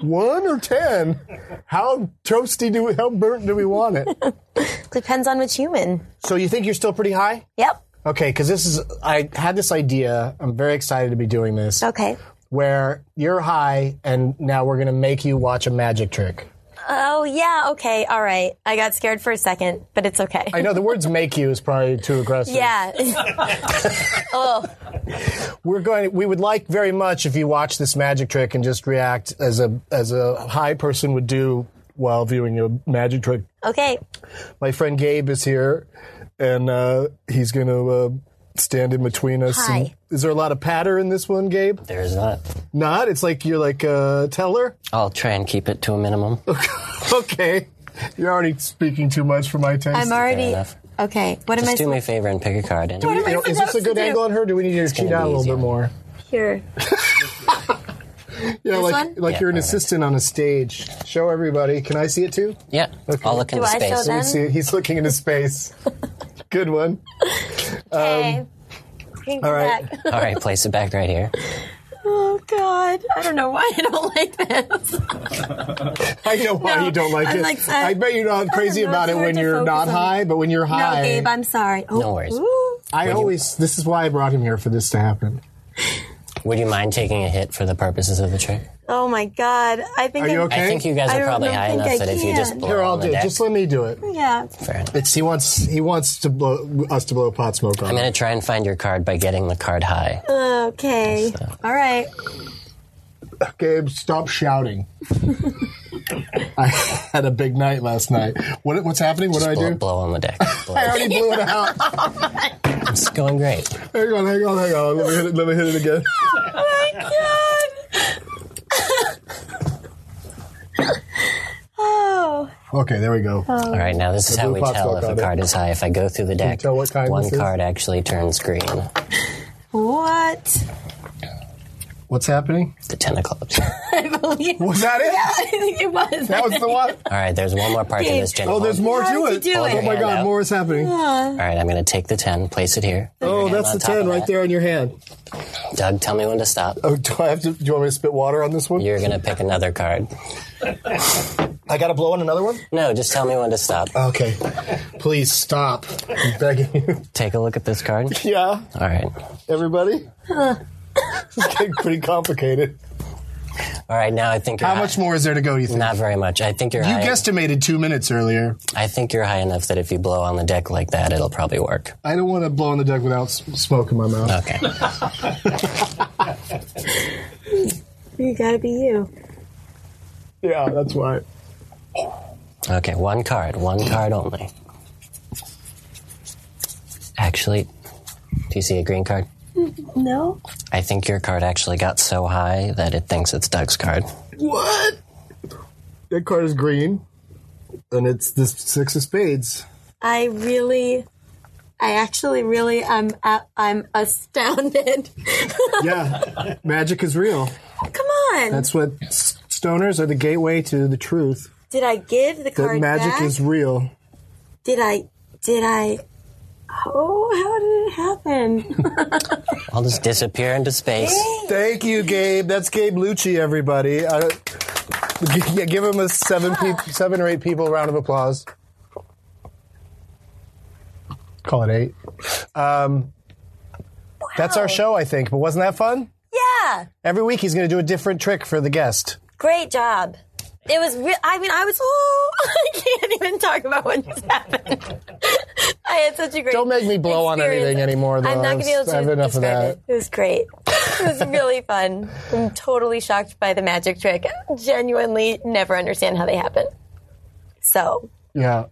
Speaker 1: One or ten? How toasty do we, how burnt do we want it?
Speaker 2: Depends on which human.
Speaker 1: so you think you're still pretty high?
Speaker 2: Yep.
Speaker 1: Okay, because this is, I had this idea. I'm very excited to be doing this.
Speaker 2: Okay.
Speaker 1: Where you're high, and now we're going to make you watch a magic trick.
Speaker 2: Oh yeah. Okay. All right. I got scared for a second, but it's okay.
Speaker 1: I know the words make you is probably too aggressive.
Speaker 2: yeah. oh,
Speaker 1: We're going, we would like very much if you watch this magic trick and just react as a, as a high person would do while viewing a magic trick.
Speaker 2: Okay.
Speaker 1: My friend Gabe is here, and uh, he's going to uh, stand in between us.
Speaker 2: Hi.
Speaker 1: and- is there a lot of patter in this one, Gabe?
Speaker 6: There is not.
Speaker 1: Not. It's like you're like a teller.
Speaker 6: I'll try and keep it to a minimum.
Speaker 1: Okay, you're already speaking too much for my taste.
Speaker 2: I'm already.
Speaker 6: enough.
Speaker 2: Okay. What am I
Speaker 6: Just do me a favor and pick a card. And
Speaker 1: You know, is this a good angle on her? Do we need to cheat
Speaker 6: gonna
Speaker 1: out a
Speaker 6: be
Speaker 1: little
Speaker 6: easier.
Speaker 1: bit more?
Speaker 2: here?
Speaker 1: Yeah, like
Speaker 2: one?
Speaker 1: like
Speaker 6: Yeah,
Speaker 1: you're an
Speaker 6: perfect.
Speaker 1: assistant on a stage. Show everybody. Can I see it too?
Speaker 6: yeah, I'll look
Speaker 2: Do
Speaker 6: into
Speaker 2: I
Speaker 6: space.
Speaker 2: show them?
Speaker 1: See, it? he's looking into space. Good one.
Speaker 2: Okay.
Speaker 1: Um, All right.
Speaker 6: All right, place it back right here.
Speaker 2: Oh God! I don't know why I don't like this.
Speaker 1: I know why
Speaker 2: No,
Speaker 1: you don't like
Speaker 2: I'm
Speaker 1: it.
Speaker 2: like, uh,
Speaker 1: I bet you're not crazy
Speaker 2: no,
Speaker 1: about
Speaker 2: it's
Speaker 1: it
Speaker 2: hard
Speaker 1: when
Speaker 2: to
Speaker 1: you're
Speaker 2: focus
Speaker 1: not
Speaker 2: on-
Speaker 1: high, but when you're high,
Speaker 2: No, Gabe, I'm sorry. Oh,
Speaker 6: No worries.
Speaker 2: ooh.
Speaker 1: I always. This is why I brought him here for this to happen.
Speaker 6: Would you mind taking a hit for the purposes of the trick?
Speaker 2: Oh my God! I think.
Speaker 1: Are you
Speaker 2: I'm-
Speaker 1: okay?
Speaker 6: I think you guys
Speaker 2: I
Speaker 6: are
Speaker 2: don't
Speaker 6: probably
Speaker 2: know,
Speaker 6: high
Speaker 2: think
Speaker 6: enough
Speaker 2: I
Speaker 6: that if you just
Speaker 2: can.
Speaker 6: blow
Speaker 1: Here, I'll
Speaker 6: on the
Speaker 1: do it.
Speaker 6: deck,
Speaker 1: Just let me do it.
Speaker 2: Yeah.
Speaker 6: fair enough.
Speaker 1: It's he wants he wants to blow us to blow pot smoke on.
Speaker 6: I'm gonna try and find your card by getting the card high.
Speaker 2: Okay.
Speaker 1: uh,
Speaker 2: All right.
Speaker 1: Gabe, stop shouting. I had a big night last night. What, what's happening? What do I
Speaker 6: blow,
Speaker 1: do?
Speaker 6: blow on the deck. Blow.
Speaker 1: I already blew it out.
Speaker 6: it's going great.
Speaker 1: Hang on, hang on, hang on. Let me hit it, let me hit it again.
Speaker 2: Oh.
Speaker 1: Okay, there we go.
Speaker 6: All right, now this is
Speaker 1: do
Speaker 6: how
Speaker 1: a
Speaker 6: we
Speaker 1: pot
Speaker 6: tell
Speaker 1: smoke
Speaker 6: if
Speaker 1: on
Speaker 6: a
Speaker 1: it.
Speaker 6: card is high. If I go through the deck,
Speaker 1: tell what kind
Speaker 6: one
Speaker 1: this is?
Speaker 6: card actually turns green.
Speaker 2: What?
Speaker 1: What's happening?
Speaker 6: The ten of clubs.
Speaker 2: I believe.
Speaker 1: Was that it?
Speaker 2: I think it was.
Speaker 1: That was the one.
Speaker 6: All right, there's one more part to this, Jenny.
Speaker 1: Oh, there's more
Speaker 2: How
Speaker 1: to
Speaker 2: did
Speaker 1: it.
Speaker 2: you do
Speaker 1: Oh
Speaker 2: it? Oh.
Speaker 1: my
Speaker 6: Hand
Speaker 1: God,
Speaker 6: out.
Speaker 1: more is happening.
Speaker 6: All right, I'm gonna take the ten, place it here.
Speaker 1: Oh,
Speaker 6: Hand
Speaker 1: that's
Speaker 6: on
Speaker 1: the
Speaker 6: top of
Speaker 1: ten right
Speaker 6: that.
Speaker 1: there in your hand.
Speaker 6: Doug, tell me when to stop.
Speaker 1: Oh, do I have to? Do you want me to spit water on this one?
Speaker 6: You're gonna pick another card.
Speaker 1: I got to blow on another one.
Speaker 6: No, just tell me when to stop.
Speaker 1: Okay, please stop. I'm begging you.
Speaker 6: Take a look at this card.
Speaker 1: Yeah,
Speaker 6: All right.
Speaker 1: everybody. it's getting pretty complicated.
Speaker 6: All right, now I think you're
Speaker 1: How
Speaker 6: high.
Speaker 1: much more is there to go? You think?
Speaker 6: Not very much. I think you're
Speaker 1: you
Speaker 6: high.
Speaker 1: guesstimated two minutes earlier.
Speaker 6: I think you're high enough that if you blow on the deck like that, it'll probably work.
Speaker 1: I don't want to blow on the deck without s- smoke in my mouth.
Speaker 6: Okay.
Speaker 2: You gotta be you.
Speaker 1: Yeah, that's why.
Speaker 6: Okay, one card, one card only. Actually, do you see a green card?
Speaker 2: No.
Speaker 6: I think your card actually got so high that it thinks it's Doug's card.
Speaker 1: What? That card is green, and it's this six of spades.
Speaker 2: I really. I actually really am. I'm astounded.
Speaker 1: Yeah, magic is real.
Speaker 2: Come on.
Speaker 1: That's what s- stoners are the gateway to the truth.
Speaker 2: Did I give the
Speaker 1: That
Speaker 2: card
Speaker 1: magic
Speaker 2: back?
Speaker 1: is real.
Speaker 2: Did I? Did I? Oh, how did it happen?
Speaker 6: I'll just disappear into space.
Speaker 1: Thank you, Gabe. That's Gabe Lucci, everybody. Uh, g- yeah, give him a seven, peop seven or eight people round of applause. Call it eight. Um, That's our show, I think. But wasn't that fun?
Speaker 2: yeah,
Speaker 1: Every week he's going to do a different trick for the guest.
Speaker 2: great job. It was. Re- I mean, I was. Oh, I can't even talk about what just happened. I had such a great.
Speaker 1: Don't make me blow on
Speaker 2: experience.
Speaker 1: anything anymore, though.
Speaker 2: I'm not gonna be able to
Speaker 1: I have enough of
Speaker 2: describe
Speaker 1: that.
Speaker 2: It. it was great. It was really fun. I'm totally shocked by the magic trick. Genuinely, never understand how they happen. So
Speaker 1: Yeah.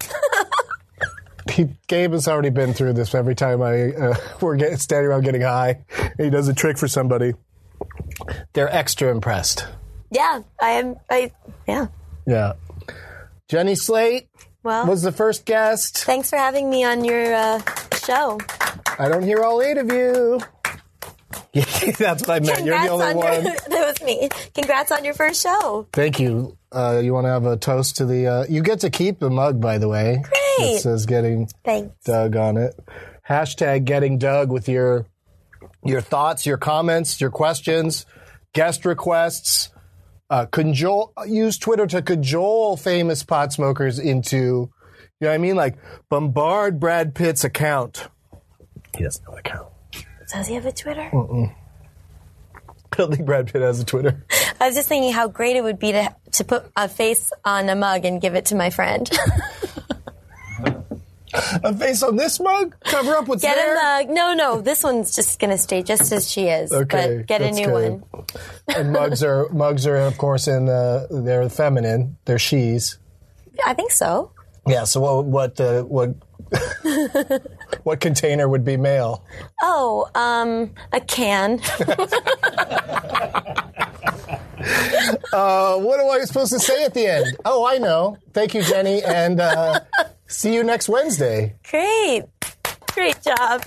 Speaker 1: He, Gabe has already been through this every time I uh, we're get, standing around getting high. He does a trick for somebody. They're extra impressed.
Speaker 2: yeah, I am. I yeah.
Speaker 1: Yeah. Jenny Slate
Speaker 2: Well,
Speaker 1: was the first guest.
Speaker 2: Thanks for having me on your uh, show.
Speaker 1: I don't hear all eight of you. Yeah, that's what I meant. You're the
Speaker 2: Congrats
Speaker 1: only
Speaker 2: on your,
Speaker 1: one.
Speaker 2: that was me. Congrats on your first show.
Speaker 1: Thank you. Uh, you want to have a toast to the? Uh, you get to keep the mug, by the way.
Speaker 2: Great.
Speaker 1: It says getting
Speaker 2: Thanks.
Speaker 1: Doug on it. Hashtag getting Doug with your your thoughts, your comments, your questions, guest requests. Uh, cajole, use Twitter to cajole famous pot smokers into, you know what I mean? Like bombard Brad Pitt's account. He doesn't have an account.
Speaker 2: Does he have a Twitter?
Speaker 1: I don't think Brad Pitt has a Twitter.
Speaker 2: I was just thinking how great it would be to to put a face on a mug and give it to my friend.
Speaker 1: a face on this mug? Cover up what's
Speaker 2: get
Speaker 1: there?
Speaker 2: a mug. No, no, this one's just gonna stay just as she is.
Speaker 1: Okay,
Speaker 2: but get a
Speaker 1: that's
Speaker 2: new
Speaker 1: good.
Speaker 2: one.
Speaker 1: and mugs are mugs are of course in the they're feminine. They're she's.
Speaker 2: I think so.
Speaker 1: Yeah. So what what uh, what what container would be male?
Speaker 2: Oh, um, a can.
Speaker 1: Uh, what am I supposed to say at the end? Oh, I know. Thank you, Jenny, and uh, see you next Wednesday.
Speaker 2: Great. Great job.